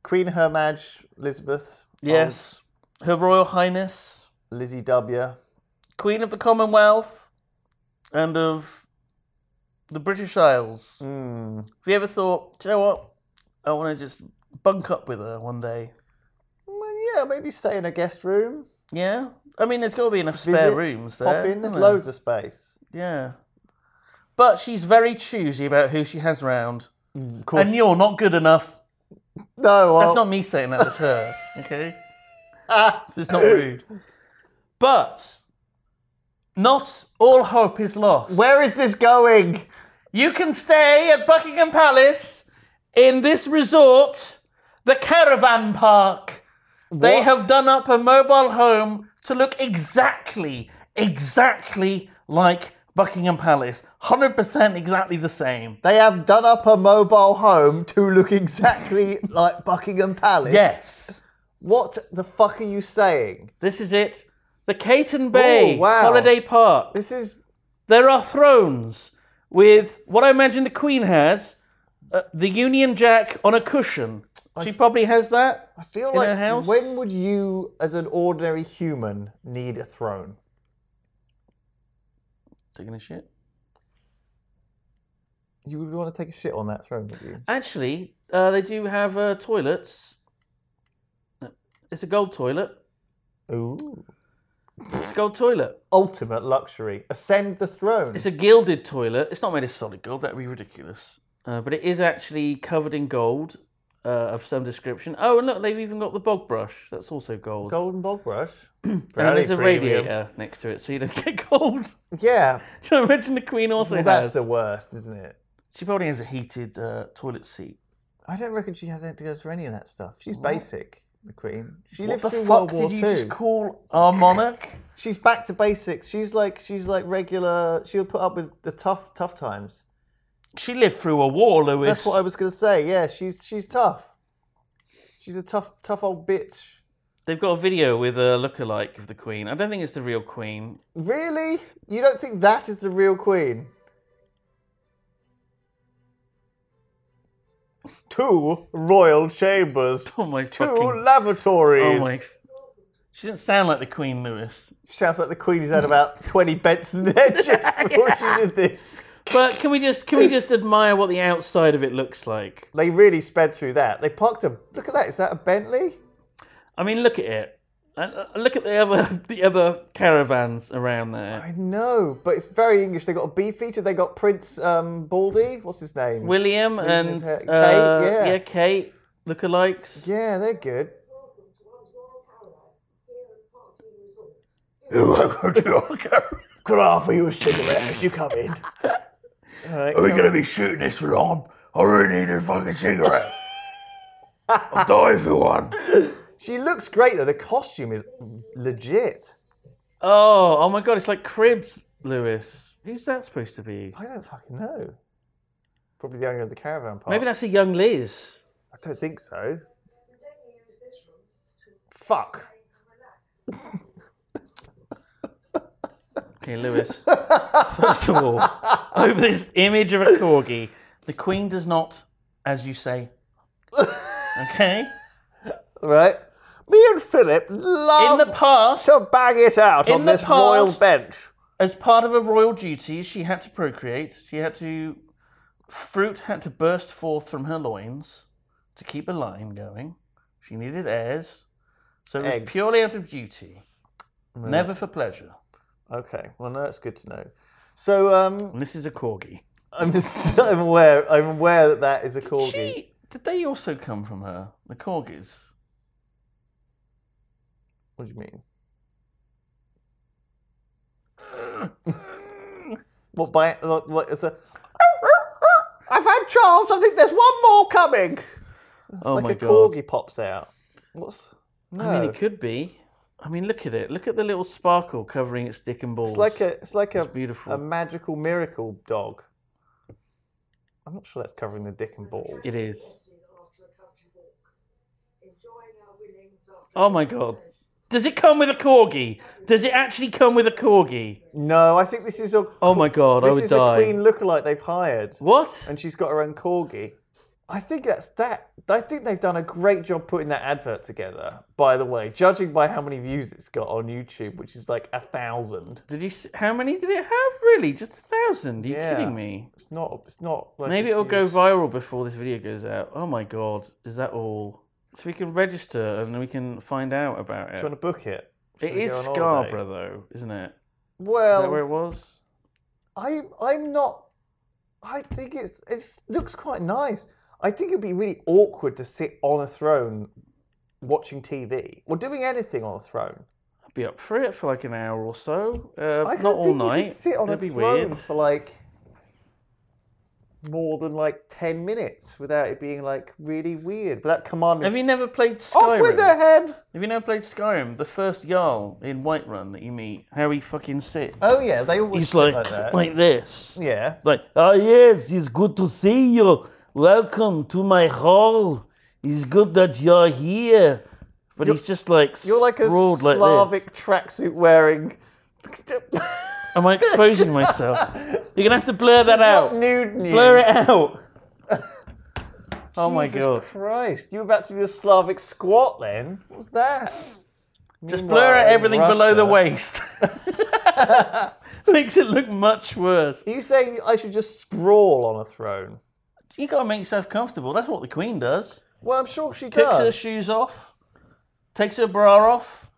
S7: Queen Her Maj Elizabeth, Oh.
S2: yes, Her Royal Highness,
S7: Lizzie W.
S2: Queen of the Commonwealth, and of the British Isles.
S7: Mm.
S2: Have you ever thought, do you know what? I want to just bunk up with her one day.
S7: Well, yeah, maybe stay in a guest room.
S2: Yeah? I mean, there's got to be enough
S7: Visit,
S2: spare rooms there.
S7: Pop in. There's
S2: isn't there?
S7: loads of space.
S2: Yeah. But she's very choosy about who she has round.
S7: Mm, Of course. Oh.
S2: And you're not good enough.
S7: no, uh, well,
S2: That's not me saying that, that's her. Okay? so it's not rude. But not all hope is lost.
S7: Where is this going?
S2: You can stay at Buckingham Palace in this resort, the Caravan Park. They
S7: What?
S2: have done up a mobile home to look exactly, exactly like Buckingham Palace. 100% exactly the same.
S7: They have done up a mobile home to look exactly like Buckingham Palace.
S2: Yes.
S7: What the fuck are you saying?
S2: This is it. The Caton Bay
S7: Oh, wow.
S2: Holiday Park.
S7: This is
S2: There are thrones with what I imagine the Queen has uh, the Union Jack on a cushion. She probably has that.
S7: I feel
S2: In
S7: like
S2: a house?
S7: when would you, as an ordinary human, need a throne?
S2: Taking a shit.
S7: You would want to take a shit on that throne, would you?
S2: Actually, uh, they do have uh, toilets. It's a gold toilet.
S7: Ooh.
S2: It's a gold toilet.
S7: Ultimate luxury. Ascend the throne.
S2: It's a gilded toilet. It's not made of solid gold. That'd be ridiculous. Uh, but it is actually covered in gold uh, of some description. Oh, and look, they've even got the bog brush. That's also gold.
S7: golden bog brush.
S2: and then there's a
S7: Very premium.
S2: radiator next to it, so you don't get cold.
S7: Yeah.
S2: Can I imagine the Queen also
S7: Well, that's
S2: has?
S7: the worst, isn't it?
S2: She probably has a heated uh, toilet seat.
S7: I don't reckon she has to go through any of that stuff. She's basic, the Queen. She
S2: What
S7: lived
S2: the
S7: through
S2: fuck
S7: World War
S2: did you
S7: Two.
S2: just call our monarch?
S7: She's back to basics. She's like she's like regular. She'll put up with the tough tough times.
S2: She lived through a war, Lewis.
S7: That's what I was gonna say. Yeah, she's she's tough. She's a tough tough old bitch.
S2: They've got a video with a lookalike of the Queen. I don't think it's the real Queen.
S7: Really? You don't think that is the real queen? Two royal chambers.
S2: Oh my
S7: Two
S2: fucking!
S7: lavatories.
S2: Oh my! f- She didn't sound like the Queen, Lewis.
S7: Sounds like the queen's had about 20 Benson edges before she did this.
S2: But can we just can we just admire what the outside of it looks like?
S7: They really sped through that. They parked a. Look at that. Is that a Bentley?
S2: I mean, look at it. And uh, look at the other the other caravans around there.
S7: I know, but it's very English. They got a beefeater. They got Prince um, Baldy. What's his name?
S2: William and
S7: his hair- Kate,
S2: uh,
S7: yeah.
S2: yeah, Kate lookalikes.
S7: yeah, they're good.
S3: Could I offer you a cigarette as you come in?
S7: All right,
S3: We're going to be shooting this for long. I really need a fucking cigarette. I'll die for one.
S7: She looks great though. The costume is legit.
S2: Oh, oh my god, it's like Cribs Lewis. Who's that supposed to be?
S7: I don't fucking know. Probably the owner of the caravan park.
S2: Maybe that's a young Liz.
S7: I don't think so. Fuck.
S2: Okay, Lewis. First of all, over this image of a corgi, the Queen does not, as you say. Okay?
S7: Right?
S3: Me and Philip love
S2: In the past,
S3: to bag it out
S2: In
S3: on
S2: the
S3: this royal
S2: past-
S3: bench.
S2: as part of her royal duties, she had to procreate. She had to. Fruit had to burst forth from her loins to keep a line going. She needed heirs. So it was
S7: Eggs.
S2: purely out of duty, never for pleasure.
S7: Okay. Well, no, that's good to know. So, um,
S2: And this is a corgi.
S7: I'm just, I'm aware, I'm aware that that is a corgi.
S2: She, did they also come from her? The corgis?
S7: What do you mean? what by what, what is a?
S3: I've had Charles. I think there's one more coming.
S7: It's
S2: Oh
S7: like
S2: my
S7: a
S2: God.
S7: corgi pops out. What's? No,
S2: I mean, it could be. I mean, look at it. Look at the little sparkle covering its dick and balls.
S7: it's like a it's like a
S2: beautiful.
S7: a magical miracle dog. I'm not sure that's covering the dick and balls.
S2: It is. Oh my god. Does it come with a corgi? Does it actually come with a corgi?
S7: No, I think this is a
S2: Oh my god, I
S7: this
S2: would
S7: is
S2: die.
S7: a queen lookalike they've hired,
S2: What?
S7: and she's got her own corgi. I think that's that. I think they've done a great job putting that advert together. By the way, judging by how many views it's got on YouTube, which is like a thousand.
S2: Did you? s- How many did it have? Really? Just a thousand? Are you
S7: Yeah.
S2: kidding me?
S7: It's not. It's not. Like
S2: Maybe
S7: a
S2: it'll go
S7: huge-
S2: viral before this video goes out. Oh my god, is that all? So we can register and we can find out about
S7: Do you
S2: it.
S7: want to book it?
S2: It
S7: Should we
S2: is
S7: go on holiday?
S2: Scarborough though, isn't it? Is
S7: Well,
S2: that where it was?
S7: I I'm not. I think it's it looks quite nice. I think it'd be really awkward to sit on a throne watching TV or doing anything on a throne.
S2: be up for it for like an hour or so. Uh,
S7: I
S2: not
S7: don't
S2: all
S7: think
S2: night.
S7: you could sit on
S2: That'd
S7: a
S2: be
S7: throne
S2: weird.
S7: for like more than like ten minutes without it being like really weird. But that commander
S2: Have
S7: is
S2: you never played
S7: off
S2: Skyrim?
S7: with their head.
S2: Have you never played Skyrim? The first Jarl in Whiterun that you meet, how he fucking sits.
S7: Oh yeah, they always
S6: He's
S7: sit
S6: like,
S7: like that.
S6: like this.
S7: yeah.
S6: Like,
S2: "Ah,
S6: oh yes, it's good to see you. Welcome to my hall. It's good that you're here. But he's just like
S7: You're like a
S6: sprawled like this.
S7: Slavic tracksuit wearing.
S2: Am I exposing myself? You're gonna have to blur that
S7: Not
S2: out.
S7: nude news.
S2: Blur it out. oh my
S7: Jesus
S2: god.
S7: Christ, you were about to do a Slavic squat then? What was that?
S2: Just blur out
S7: in
S2: everything below the
S7: Russia-
S2: waist. Makes it look much worse.
S7: Are you saying I should just sprawl on a throne?
S2: You gotta make yourself comfortable. That's what the Queen does.
S7: Well, I'm sure she
S2: picks her
S7: does.
S2: shoes off, takes her bra off,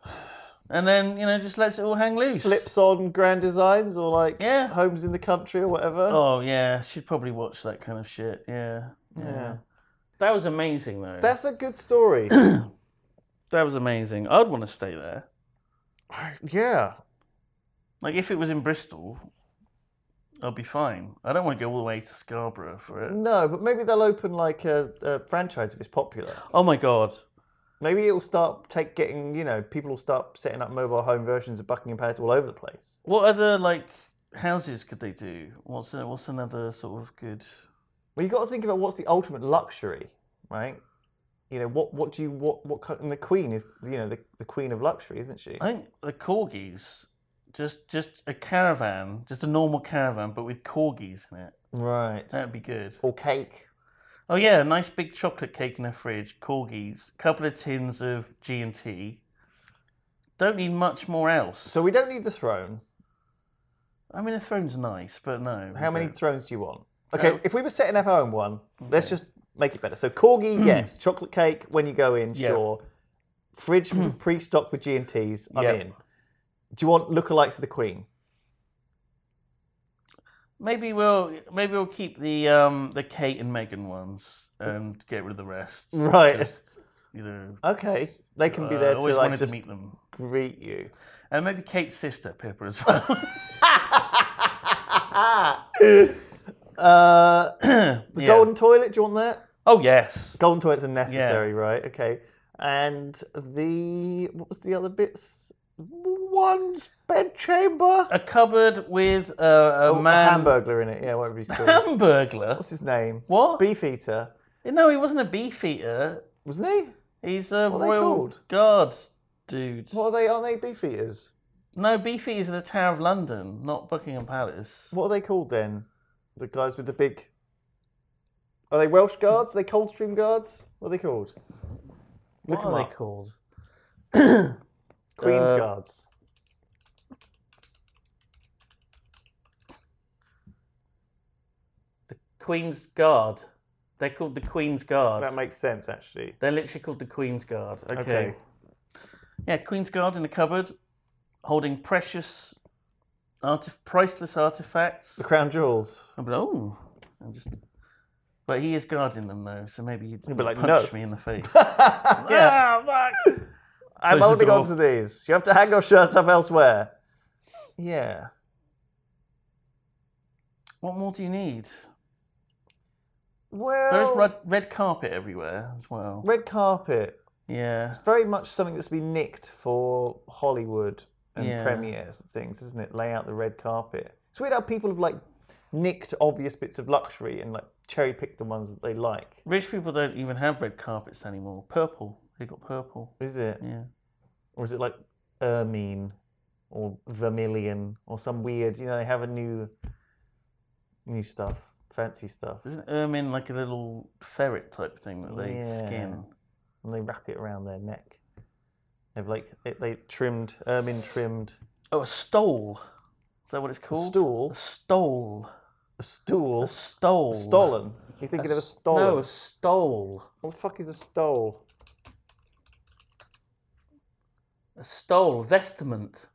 S2: and then you know just lets it all hang loose.
S7: Flips on grand designs or like
S2: Yeah.
S7: homes in the country or whatever.
S2: Oh yeah, she'd probably watch that kind of shit. Yeah, yeah. That was amazing though.
S7: That's a good story.
S2: that was amazing. I'd want to stay there.
S7: yeah.
S2: Like if it was in Bristol, I'd be fine. I don't want to go all the way to Scarborough for it.
S7: No, but maybe they'll open like a, a franchise if it's popular.
S2: Oh my god.
S7: Maybe it'll start take getting, you know, people will start setting up mobile home versions of Buckingham Palace all over the place.
S2: What other like houses could they do? What's a, what's another sort of good?
S7: Well, you got to think about what's the ultimate luxury, right? You know, what what do you what what kind- and the queen is you know the, the queen of luxury, isn't she?
S2: I think the corgis, just just a caravan, just a normal caravan, but with corgis in it.
S7: Right.
S2: That'd be good.
S7: Or cake.
S2: Oh yeah, a nice big chocolate cake in the fridge, corgis, couple of tins of G and T. Don't need much more else.
S7: So we don't need the throne.
S2: I mean, the throne's nice, but no.
S7: How
S2: we
S7: many
S2: don't.
S7: thrones do you want?
S2: Uh,
S7: Okay, if we were setting up our own one, let's just make it better. So corgi, yes. Chocolate cake when you go in,
S2: Hmm. Yeah. Hmm.
S7: sure. Fridge pre-stocked with G and Ts. I'm
S2: Yeah.
S7: in. Do you want lookalikes of the queen?
S2: Maybe we'll maybe we'll keep the um the Kate and Megan ones and get rid of the rest.
S7: Right.
S2: Just, You know,
S7: Okay, they can be
S2: uh,
S7: there
S2: I
S7: to
S2: always
S7: like
S2: wanted
S7: just
S2: to meet them,
S7: greet you.
S2: and maybe Kate's sister Pippa as well.
S7: Uh,
S2: the
S7: Golden toilet, do you want that?
S2: Oh yes.
S7: Golden toilets are necessary, right? Okay. And the what was the other bits?
S3: one's bedchamber?
S2: A cupboard with a, a
S7: Oh, A
S2: Oh, man.
S7: hamburglar in it, yeah, whatever he's called.
S2: Hamburglar?
S7: What's his name?
S2: What?
S7: Beefeater,
S2: no, he wasn't a beef eater.
S7: wasn't he?
S2: He's a
S7: are they
S2: royal
S7: called?
S2: guard dude.
S7: What are they? Aren't they beefeaters?
S2: No, beef eaters are the Tower of London, not Buckingham Palace.
S7: What are they called then? The guys with the big. Are they Welsh guards? Are they Coldstream guards? What are they called?
S2: What
S7: them
S2: are they
S7: up.
S2: called?
S7: Queen's
S2: Uh,
S7: guards.
S2: Queen's Guard. They're called the Queen's Guard.
S7: That makes sense, actually.
S2: They're literally called the Queen's Guard. Okay.
S7: Okay.
S2: Yeah, Queen's Guard in a cupboard, holding precious, artif- priceless artifacts.
S7: The crown jewels.
S2: I'm like, oh, I'm just. But he is guarding them though, so maybe he'd
S7: be like,
S2: punch
S7: no.
S2: me in the face. Ah,
S7: yeah. I'm
S2: Close the
S7: holding
S2: door.
S7: on to these. You have to hang your shirts up elsewhere. Yeah.
S2: what more do you need? There
S7: Well,
S2: is red, red carpet everywhere as well.
S7: red carpet.
S2: Yeah,
S7: Very much something that's been nicked for Hollywood and
S2: Yeah.
S7: premieres and things, isn't it? Lay out the red carpet. It's weird how people have like nicked obvious bits of luxury and like cherry picked the ones that they like.
S2: rich people don't even have red carpets anymore. Purple, they got purple.
S7: Is it?
S2: Yeah,
S7: or is it like ermine or vermilion or some weird you know they have a new new stuff fancy stuff
S2: isn't ermine like a little ferret type thing that they
S7: Yeah.
S2: skin?
S7: and they wrap it around their neck they've like they, they trimmed ermine trimmed
S2: Oh, a stole. Is that what it's called?
S7: stool?
S2: A stole.
S7: a stool
S2: A stole.
S7: stolen you thinking of a
S2: s-
S7: stolen
S2: No, a stole.
S7: what the fuck is a stole
S2: A stole. Vestment.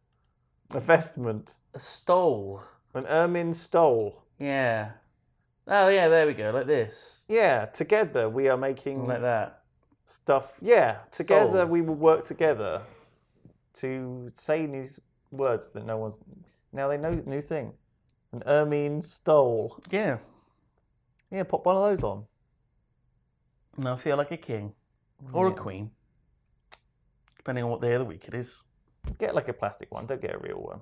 S7: a vestment
S2: A stole.
S7: an ermine stole
S2: Yeah. Oh yeah, there we go, like this.
S7: yeah together we are making
S2: Like that.
S7: stuff. Yeah, together
S2: Stole.
S7: we will work together to say new s- words that no one's. Now they know new thing. An ermine stole.
S2: Yeah.
S7: Yeah, pop one of those on.
S2: And I feel like a king. Or a queen. Depending on what day of the week it is.
S7: Get like a plastic one. Don't get a real one.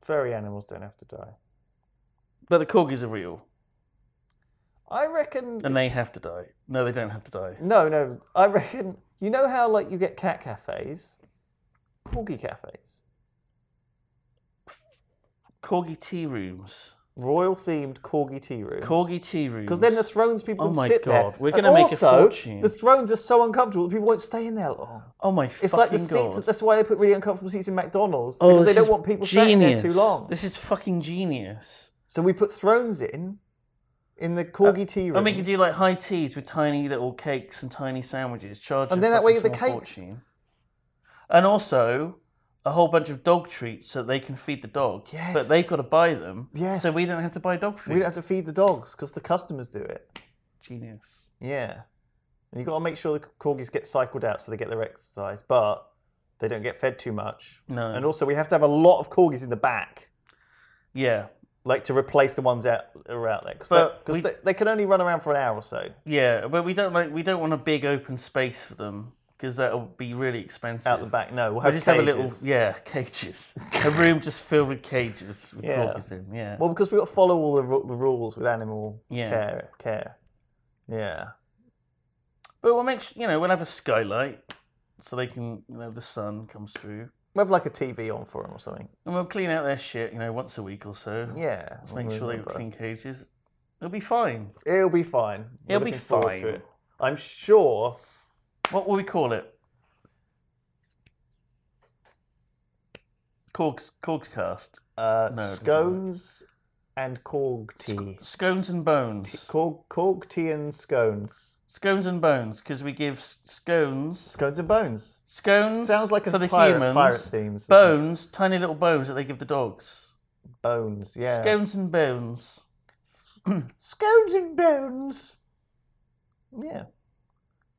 S7: Furry animals don't have to die.
S2: But the corgis are real.
S7: I reckon.
S2: And they have to die. No, they don't have to die.
S7: No, no. I reckon. You know how like you get cat cafes, corgi cafes,
S2: Corgi tea rooms.
S7: royal themed corgi tea rooms.
S2: Corgi tea rooms.
S7: Because then the thrones people
S2: Oh
S7: can
S2: my
S7: sit
S2: God,
S7: there.
S2: we're
S7: And
S2: gonna make a
S7: also,
S2: fortune.
S7: The thrones are so uncomfortable that people won't stay in there long.
S2: Oh my
S7: It's
S2: fucking
S7: like the
S2: god.
S7: seats. That's why they put really uncomfortable seats in McDonald's
S2: Oh,
S7: because they
S2: this
S7: don't
S2: is
S7: want people
S2: genius.
S7: sitting there too long.
S2: This is fucking genius.
S7: So we put thrones in, in the corgi tea room.
S2: And we could do like high teas with tiny little cakes and tiny sandwiches. Charge
S7: And
S2: a
S7: then that way
S2: fucking
S7: the
S2: small
S7: cakes-
S2: fortune. And also a whole bunch of dog treats so they can feed the dog. But
S7: Yes.
S2: they've got to buy them.
S7: Yes.
S2: So we don't have to buy dog food.
S7: we don't have to feed the dogs because the customers do it.
S2: Genius.
S7: Yeah, and you got to make sure the corgis get cycled out so they get their exercise, but they don't get fed too much.
S2: No.
S7: And also, we have to have a lot of corgis in the back.
S2: Yeah.
S7: Like to replace the ones out are out there because
S2: But
S7: they,
S2: we-
S7: they, they can only run around for an hour or so.
S2: Yeah. But we don't like we don't want a big open space for them because that'll be really expensive.
S7: out the back. No, we'll
S2: We
S7: have
S2: just
S7: cages.
S2: have a little yeah, cages. a room just filled with cages with
S7: Yeah.
S2: corgis in. Yeah.
S7: Well, because we've got to follow all the, ru- the rules with animal
S2: Yeah.
S7: care. Care. Yeah.
S2: But we'll make s- you know we'll have a skylight so they can you know the sun comes through.
S7: We'll have like a TV on for them or something.
S2: And we'll clean out their shit, you know, once a week or so.
S7: Yeah.
S2: Just
S7: we'll
S2: make sure they've
S7: remember.
S2: got clean cages. It'll be fine.
S7: It'll be fine. We're
S2: It'll be
S7: looking forward
S2: fine.
S7: I'm sure.
S2: What will we call it? Corgs, Corgscast.
S7: Uh,
S2: No, it doesn't
S7: scones and corg tea.
S2: Scones and bones.
S7: Corg, corg tea and scones.
S2: Scones and bones, because we give s- scones.
S7: Scones and bones.
S2: Scones
S7: Sounds like a
S2: for the
S7: pirate,
S2: humans.
S7: pirate themes. doesn't it?
S2: bones, tiny little bones that they give the dogs.
S7: Bones. Yeah.
S2: Scones and bones.
S7: Scones and bones. Yeah.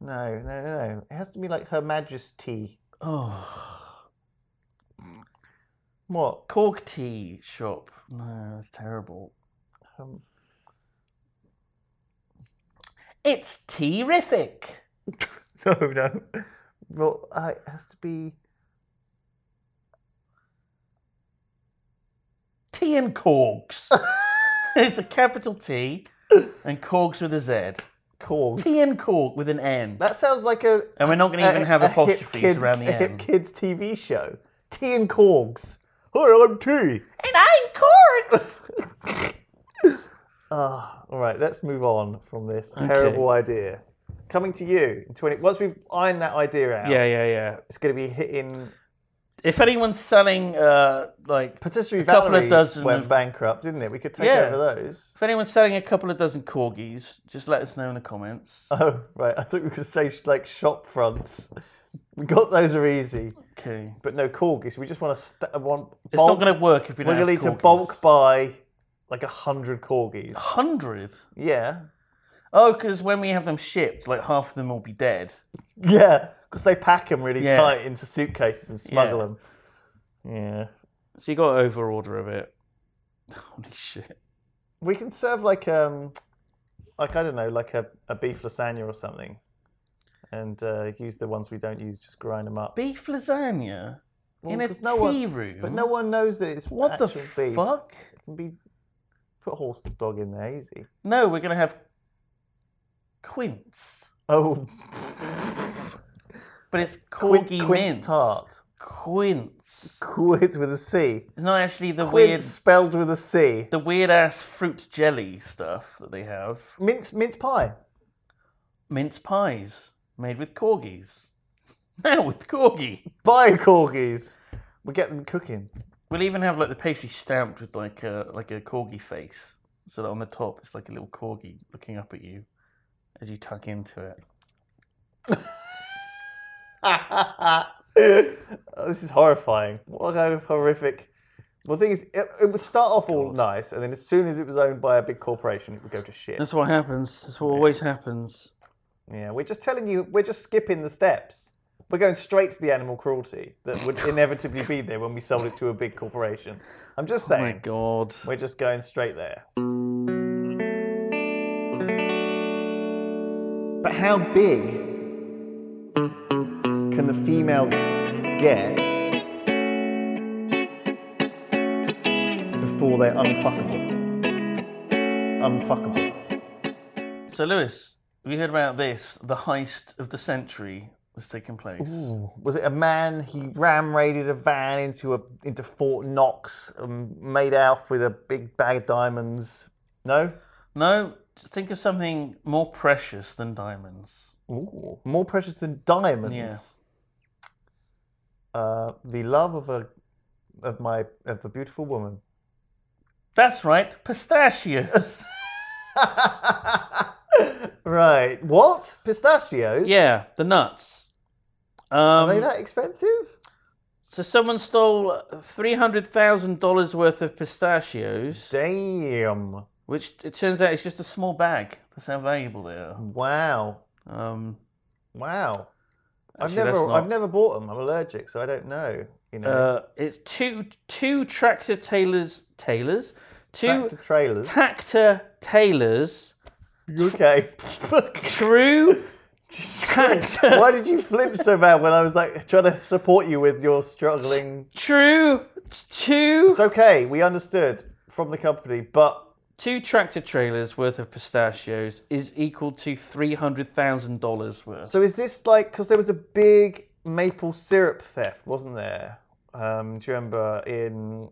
S7: No, no, no, no. It has to be like Her Majesty.
S2: Oh,
S7: What?
S2: Corg tea shop. No, that's terrible.
S7: Um,
S2: It's terrific.
S7: no, no. Well, uh, it has to be
S2: T and Corgs. it's a capital T and Corgs with a Z.
S7: Corgs.
S2: T and Corg with an N.
S7: That sounds like a.
S2: and we're not going to even have
S7: a hip
S2: apostrophes
S7: kids,
S2: around
S7: a
S2: the
S7: hip
S2: N.
S7: kids TV show. T and Corgs. Hi, I'm T.
S2: And I'm Corgs!
S7: Ah, All right, let's move on from this terrible idea. Coming to you in 20. Once we've ironed that idea out,
S2: yeah, yeah, yeah.
S7: it's going to be hitting.
S2: If anyone's selling, uh, like,
S7: Patisserie
S2: A couple of
S7: Valerie
S2: dozen
S7: went
S2: of-
S7: bankrupt, didn't it? We could take
S2: Yeah.
S7: over those.
S2: if anyone's selling a couple of dozen corgis, just let us know in the comments.
S7: Oh, right. I thought we could say like shop fronts. We got those are easy,
S2: Okay.
S7: but no corgis. We just want to st- want.
S2: It's not going to work if you don't
S7: We're going
S2: have
S7: to need to
S2: corgis.
S7: bulk buy like a hundred corgis.
S2: Hundred.
S7: Yeah,
S2: Oh, because when we have them shipped, like half of them will be dead.
S7: yeah, because they pack them really
S2: Yeah.
S7: tight into suitcases and smuggle
S2: Yeah.
S7: them. Yeah,
S2: So you got to overorder a bit. Holy shit.
S7: we can serve like um, like I don't know, like a, a beef lasagna or something, and uh, use the ones we don't use. Just grind them up.
S2: Beef lasagna in a
S7: Because no
S2: tea
S7: one-
S2: room.
S7: But no one knows that it's
S2: What the
S7: actual beef.
S2: fuck?
S7: It can be put horse dog in there easy.
S2: No, we're gonna have quince,
S7: Oh,
S2: but it's
S7: quin-
S2: corgi
S7: quince
S2: mince.
S7: tart.
S2: Quince.
S7: Quince with a C.
S2: It's not actually the
S7: Quince
S2: weird,
S7: spelled with a C.
S2: the weird ass fruit jelly stuff that they have.
S7: Mince mince pie.
S2: Mince pies made with corgis. Now with corgi.
S7: Buy corgis. We get them cooking.
S2: We'll even have like the pastry stamped with like a like a corgi face, so that on the top it's like a little corgi looking up at you as you tuck into it.
S7: Oh, this is horrifying. What kind of horrific. Well, the thing is, it, it would start off all nice, and then as soon as it was owned by a big corporation, it would go to shit.
S2: That's what happens. That's what always happens.
S7: Yeah, we're just telling you, we're just skipping the steps. We're going straight to the animal cruelty that would inevitably be there when we sold it to a big corporation. I'm just
S2: Oh my
S7: saying,
S2: god.
S7: we're just going straight there.
S5: But how big can the female get before they're unfuckable? Unfuckable.
S2: So, Lewis, have you heard about this? The heist of the century that's taken place.
S7: Was it a man? He ram raided a van into a into Fort Knox and made off with a big bag of diamonds. No,
S2: No, just think of something more precious than diamonds.
S7: Ooh, more precious than diamonds. Uh, the love of a of my of a beautiful woman.
S2: That's right, pistachios.
S7: right. What? Pistachios?
S2: yeah, the nuts.
S7: Are they
S2: Um,
S7: that expensive?
S2: so, someone stole three hundred thousand dollars worth of pistachios,
S7: Damn.
S2: which it turns out is just a small bag. That's how valuable they are.
S7: Wow.
S2: Um,
S7: Wow.
S2: Actually,
S7: I've
S2: that's
S7: never
S2: not-
S7: I've never bought them. I'm allergic, so I don't know. You know.
S2: uh, it's two two tractor tailors tailors two
S7: Tractor trailers.
S2: tactor tailors
S7: You okay.
S2: true tactor
S7: Why did you flinch so bad when I was like trying to support you with your struggling?
S2: True. Two
S7: It's okay. We understood from the company, but
S2: two tractor trailers worth of pistachios is equal to three hundred thousand dollars worth.
S7: So is this like because there was a big maple syrup theft, wasn't there? Um, do you remember in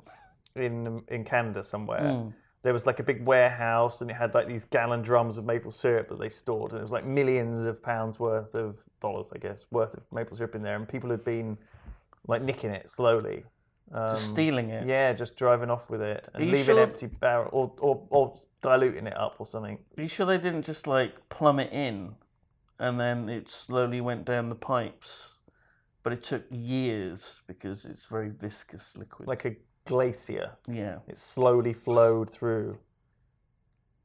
S7: in in Canada somewhere?
S2: Hmm.
S7: There was like a big warehouse, and it had like these gallon drums of maple syrup that they stored, and it was like millions of pounds worth of dollars, I guess, worth of maple syrup in there, and people had been like nicking it slowly. Um,
S2: Just stealing it.
S7: Yeah, just driving off with it and
S2: you
S7: leaving
S2: sure-
S7: empty barrel or, or or diluting it up or something.
S2: Are you sure they didn't just like plumb it in, and then it slowly went down the pipes? But it took years because it's very viscous liquid.
S7: Like a glacier.
S2: yeah.
S7: It slowly flowed through.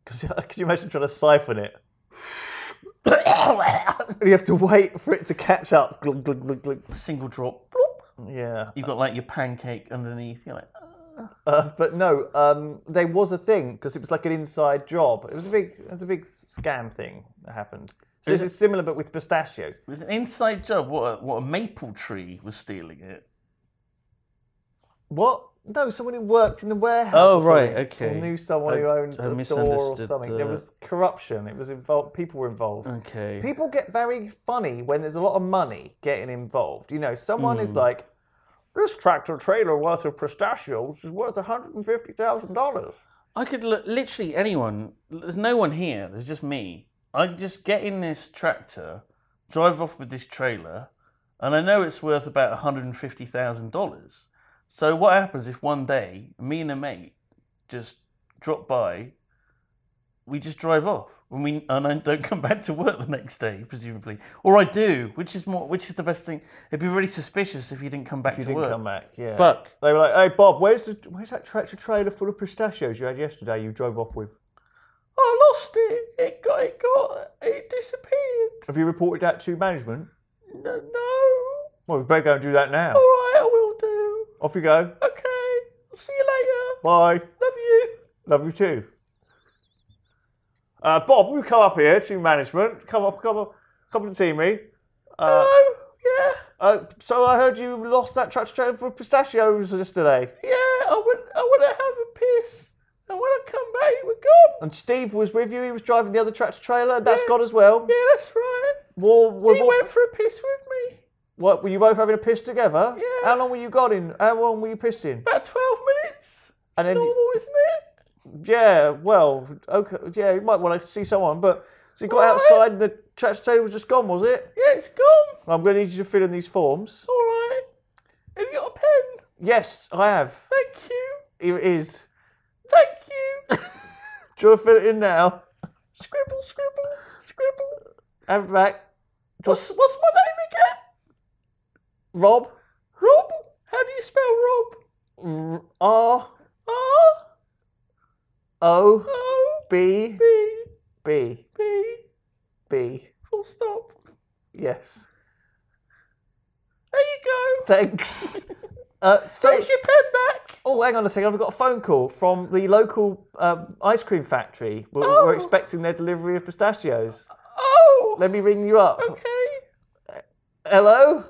S7: Because could you imagine trying to siphon it? you have to wait for it to catch up. Glug, glug, glug, glug.
S2: A single drop. Bloop.
S7: Yeah.
S2: You've got like your pancake underneath. You're like, "Oh."
S7: Uh, but no, um, there was a thing because it was like an inside job. It was a big, it was a big scam thing that happened. So this is similar, but with pistachios.
S2: it was an inside job. What a, what a maple tree was stealing it.
S7: What? No, someone who worked in the warehouse.
S2: Oh,
S7: or
S2: right,
S7: something,
S2: okay.
S7: Or knew someone who
S2: I-
S7: owned
S2: I
S7: a door or
S2: misunderstood
S7: something. There
S2: the-
S7: was corruption. It was involved. People were involved.
S2: Okay.
S7: People get very funny when there's a lot of money getting involved. You know, someone
S2: Hmm.
S7: is like, "This tractor trailer worth of pistachios is worth one hundred and fifty thousand dollars."
S2: I could li- literally anyone. There's no one here. There's just me. I could just get in this tractor, drive off with this trailer, and I know it's worth about one hundred and fifty thousand dollars. So what happens if one day me and a mate just drop by? We just drive off, and we and I don't come back to work the next day, presumably, or I do, which is more, which is the best thing. It'd be really suspicious if you didn't come back
S7: If you
S2: to
S7: didn't
S2: work.
S7: come back, yeah.
S2: Fuck.
S7: They were like, "Hey Bob, where's the where's that tractor trailer full of pistachios you had yesterday? You drove off with?
S2: I lost it. It got. It got. It disappeared.
S7: Have you reported that to management?
S2: No. no.
S7: Well, we better go and do that now.
S2: All right, I will do.
S7: Off you go.
S2: Okay, I'll see you later.
S7: Bye.
S2: Love you.
S7: Love you too. Uh, Bob, will you come up here to management? Come up, come up, come and see me. Uh,
S2: Oh, yeah,
S7: uh, so I heard you lost that tractor trailer for pistachios yesterday,
S2: yeah. I went. I went to have a piss, and when I come back, it was gone.
S7: and Steve was with you. He was driving the other tractor trailer. That's gone as well.
S2: Yeah, that's right.
S7: Well, well,
S2: He
S7: what,
S2: went for a piss with me.
S7: what, were you both having a piss together?
S2: Yeah.
S7: How long were you gone in? How long were you pissing?
S2: About twelve minutes. It's
S7: And then you-
S2: normal, isn't it?
S7: Yeah, well, okay, yeah, you might want to see someone, but so you got outside and the tractor trailer was just gone, was it?
S2: Yeah, it's gone.
S7: I'm going to need you to fill in these forms.
S2: All right. Have you got a pen?
S7: Yes, I have.
S2: Thank you.
S7: It is.
S2: Thank you.
S7: Do you want to fill it in now?
S2: scribble, scribble, scribble.
S7: Have it back.
S2: What's,
S7: Just
S2: what's my name again?
S7: Rob.
S2: Rob. How do you spell Rob?
S7: R O
S2: R O
S7: B
S2: B
S7: B
S2: B.
S7: B.
S2: Full stop.
S7: Yes.
S2: There you go.
S7: Thanks. Uh, so,
S2: There's your pen back.
S7: oh, hang on a second. I've got a phone call from the local um, ice cream factory. We're, we're
S2: Oh.
S7: expecting their delivery of pistachios.
S2: Oh.
S7: Let me ring you up.
S2: Okay.
S7: Hello?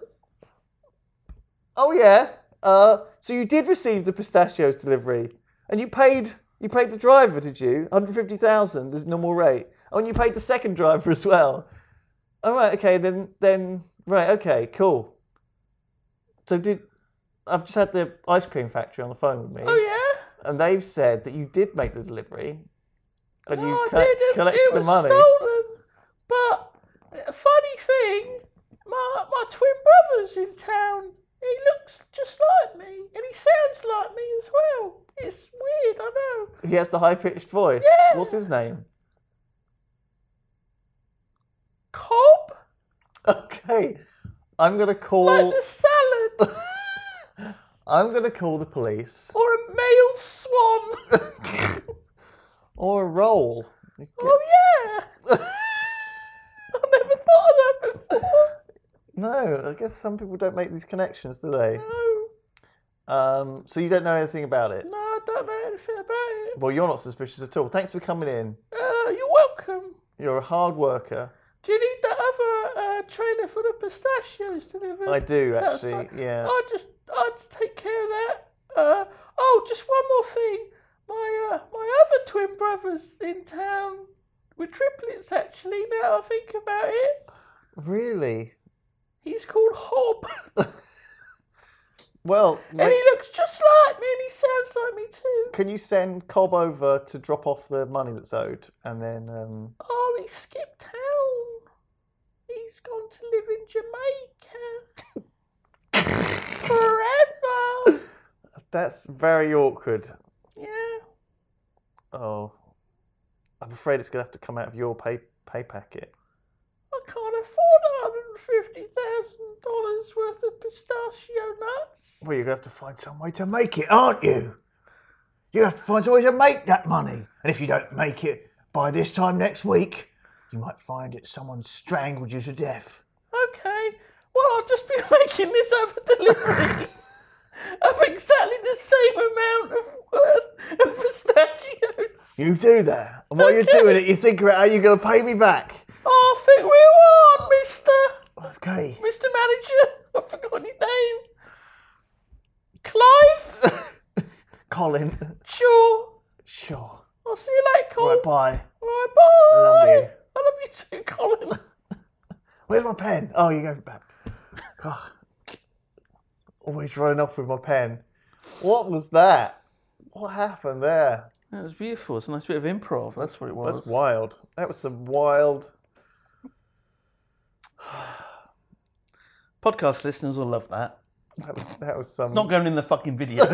S7: Oh yeah. Uh, so you did receive the pistachios delivery, and you paid you paid the driver, did you? One hundred fifty thousand is normal rate. Oh, and you paid the second driver as well. All right. Okay. Then then right. Okay. Cool. So did I've just had the ice cream factory on the phone with me,
S2: Oh yeah.
S7: and they've said that you did make the delivery, and you
S2: oh,
S7: co-
S2: I didn't.
S7: collected
S2: it
S7: the
S2: was
S7: money.
S2: stolen. But a funny thing, my my twin brother's in town. He looks just like me, and he sounds like me as well. It's weird, I know.
S7: He has the high pitched voice.
S2: Yeah.
S7: What's his name?
S2: Cob,
S7: Okay. I'm gonna call.
S2: like the salad,
S7: I'm gonna call the police
S2: or a male swan.
S7: or a roll.
S2: oh yeah. I never thought of that before.
S7: No, I guess some people don't make these connections, do they?
S2: No,
S7: Um, so you don't know anything about it.
S2: no, I don't know anything about it.
S7: Well, you're not suspicious at all. Thanks for coming in.
S2: Uh, you're welcome.
S7: You're a hard worker.
S2: Do you need that other uh, trailer for the pistachios delivered?
S7: I do,
S2: Is that
S7: actually,
S2: fine?
S7: yeah.
S3: Uh,
S2: I'll just, I'll just take care of that. Uh, oh, just one more thing. My, uh, my other twin brother's in town. We're triplets, actually. Now I think about it,
S7: Really?
S2: he's called Hob,
S7: Well,
S2: and
S7: ma-
S2: he looks just like me, and he sounds like me too.
S7: can you send Cobb over to drop off the money that's owed, and then um,
S2: Oh, he skipped town. He's gone to live in Jamaica forever.
S7: that's very awkward.
S2: Yeah.
S7: Oh, I'm afraid it's gonna have to come out of your pay pay packet.
S2: I can't afford $150,000 worth of pistachio nuts.
S7: Well, you're gonna have to find some way to make it, aren't you? You have to find some way to make that money. And if you don't make it by this time next week, you might find that someone strangled you to death.
S2: Okay, well, I'll just be making this other delivery of exactly the same amount of worth of pistachios.
S7: You do that, and while you're doing it, you think about how you're gonna pay me back.
S2: Oh, I think we are, mister.
S7: Okay.
S2: Mr. Manager. I've forgotten his name. Clive?
S7: Colin.
S2: Sure.
S7: Sure.
S2: I'll see you later, Colin.
S7: Right, bye.
S2: Right, bye. I
S7: love
S2: I
S7: you.
S2: love you too, Colin.
S7: Where's my pen? Oh, you go back. God. Always running off with my pen. What was that? What happened there?
S2: That was beautiful. It's a nice bit of improv. That's what it was.
S7: That's wild. That was some wild.
S2: Podcast listeners will love that.
S7: That was that was some.
S2: Not going in the fucking video.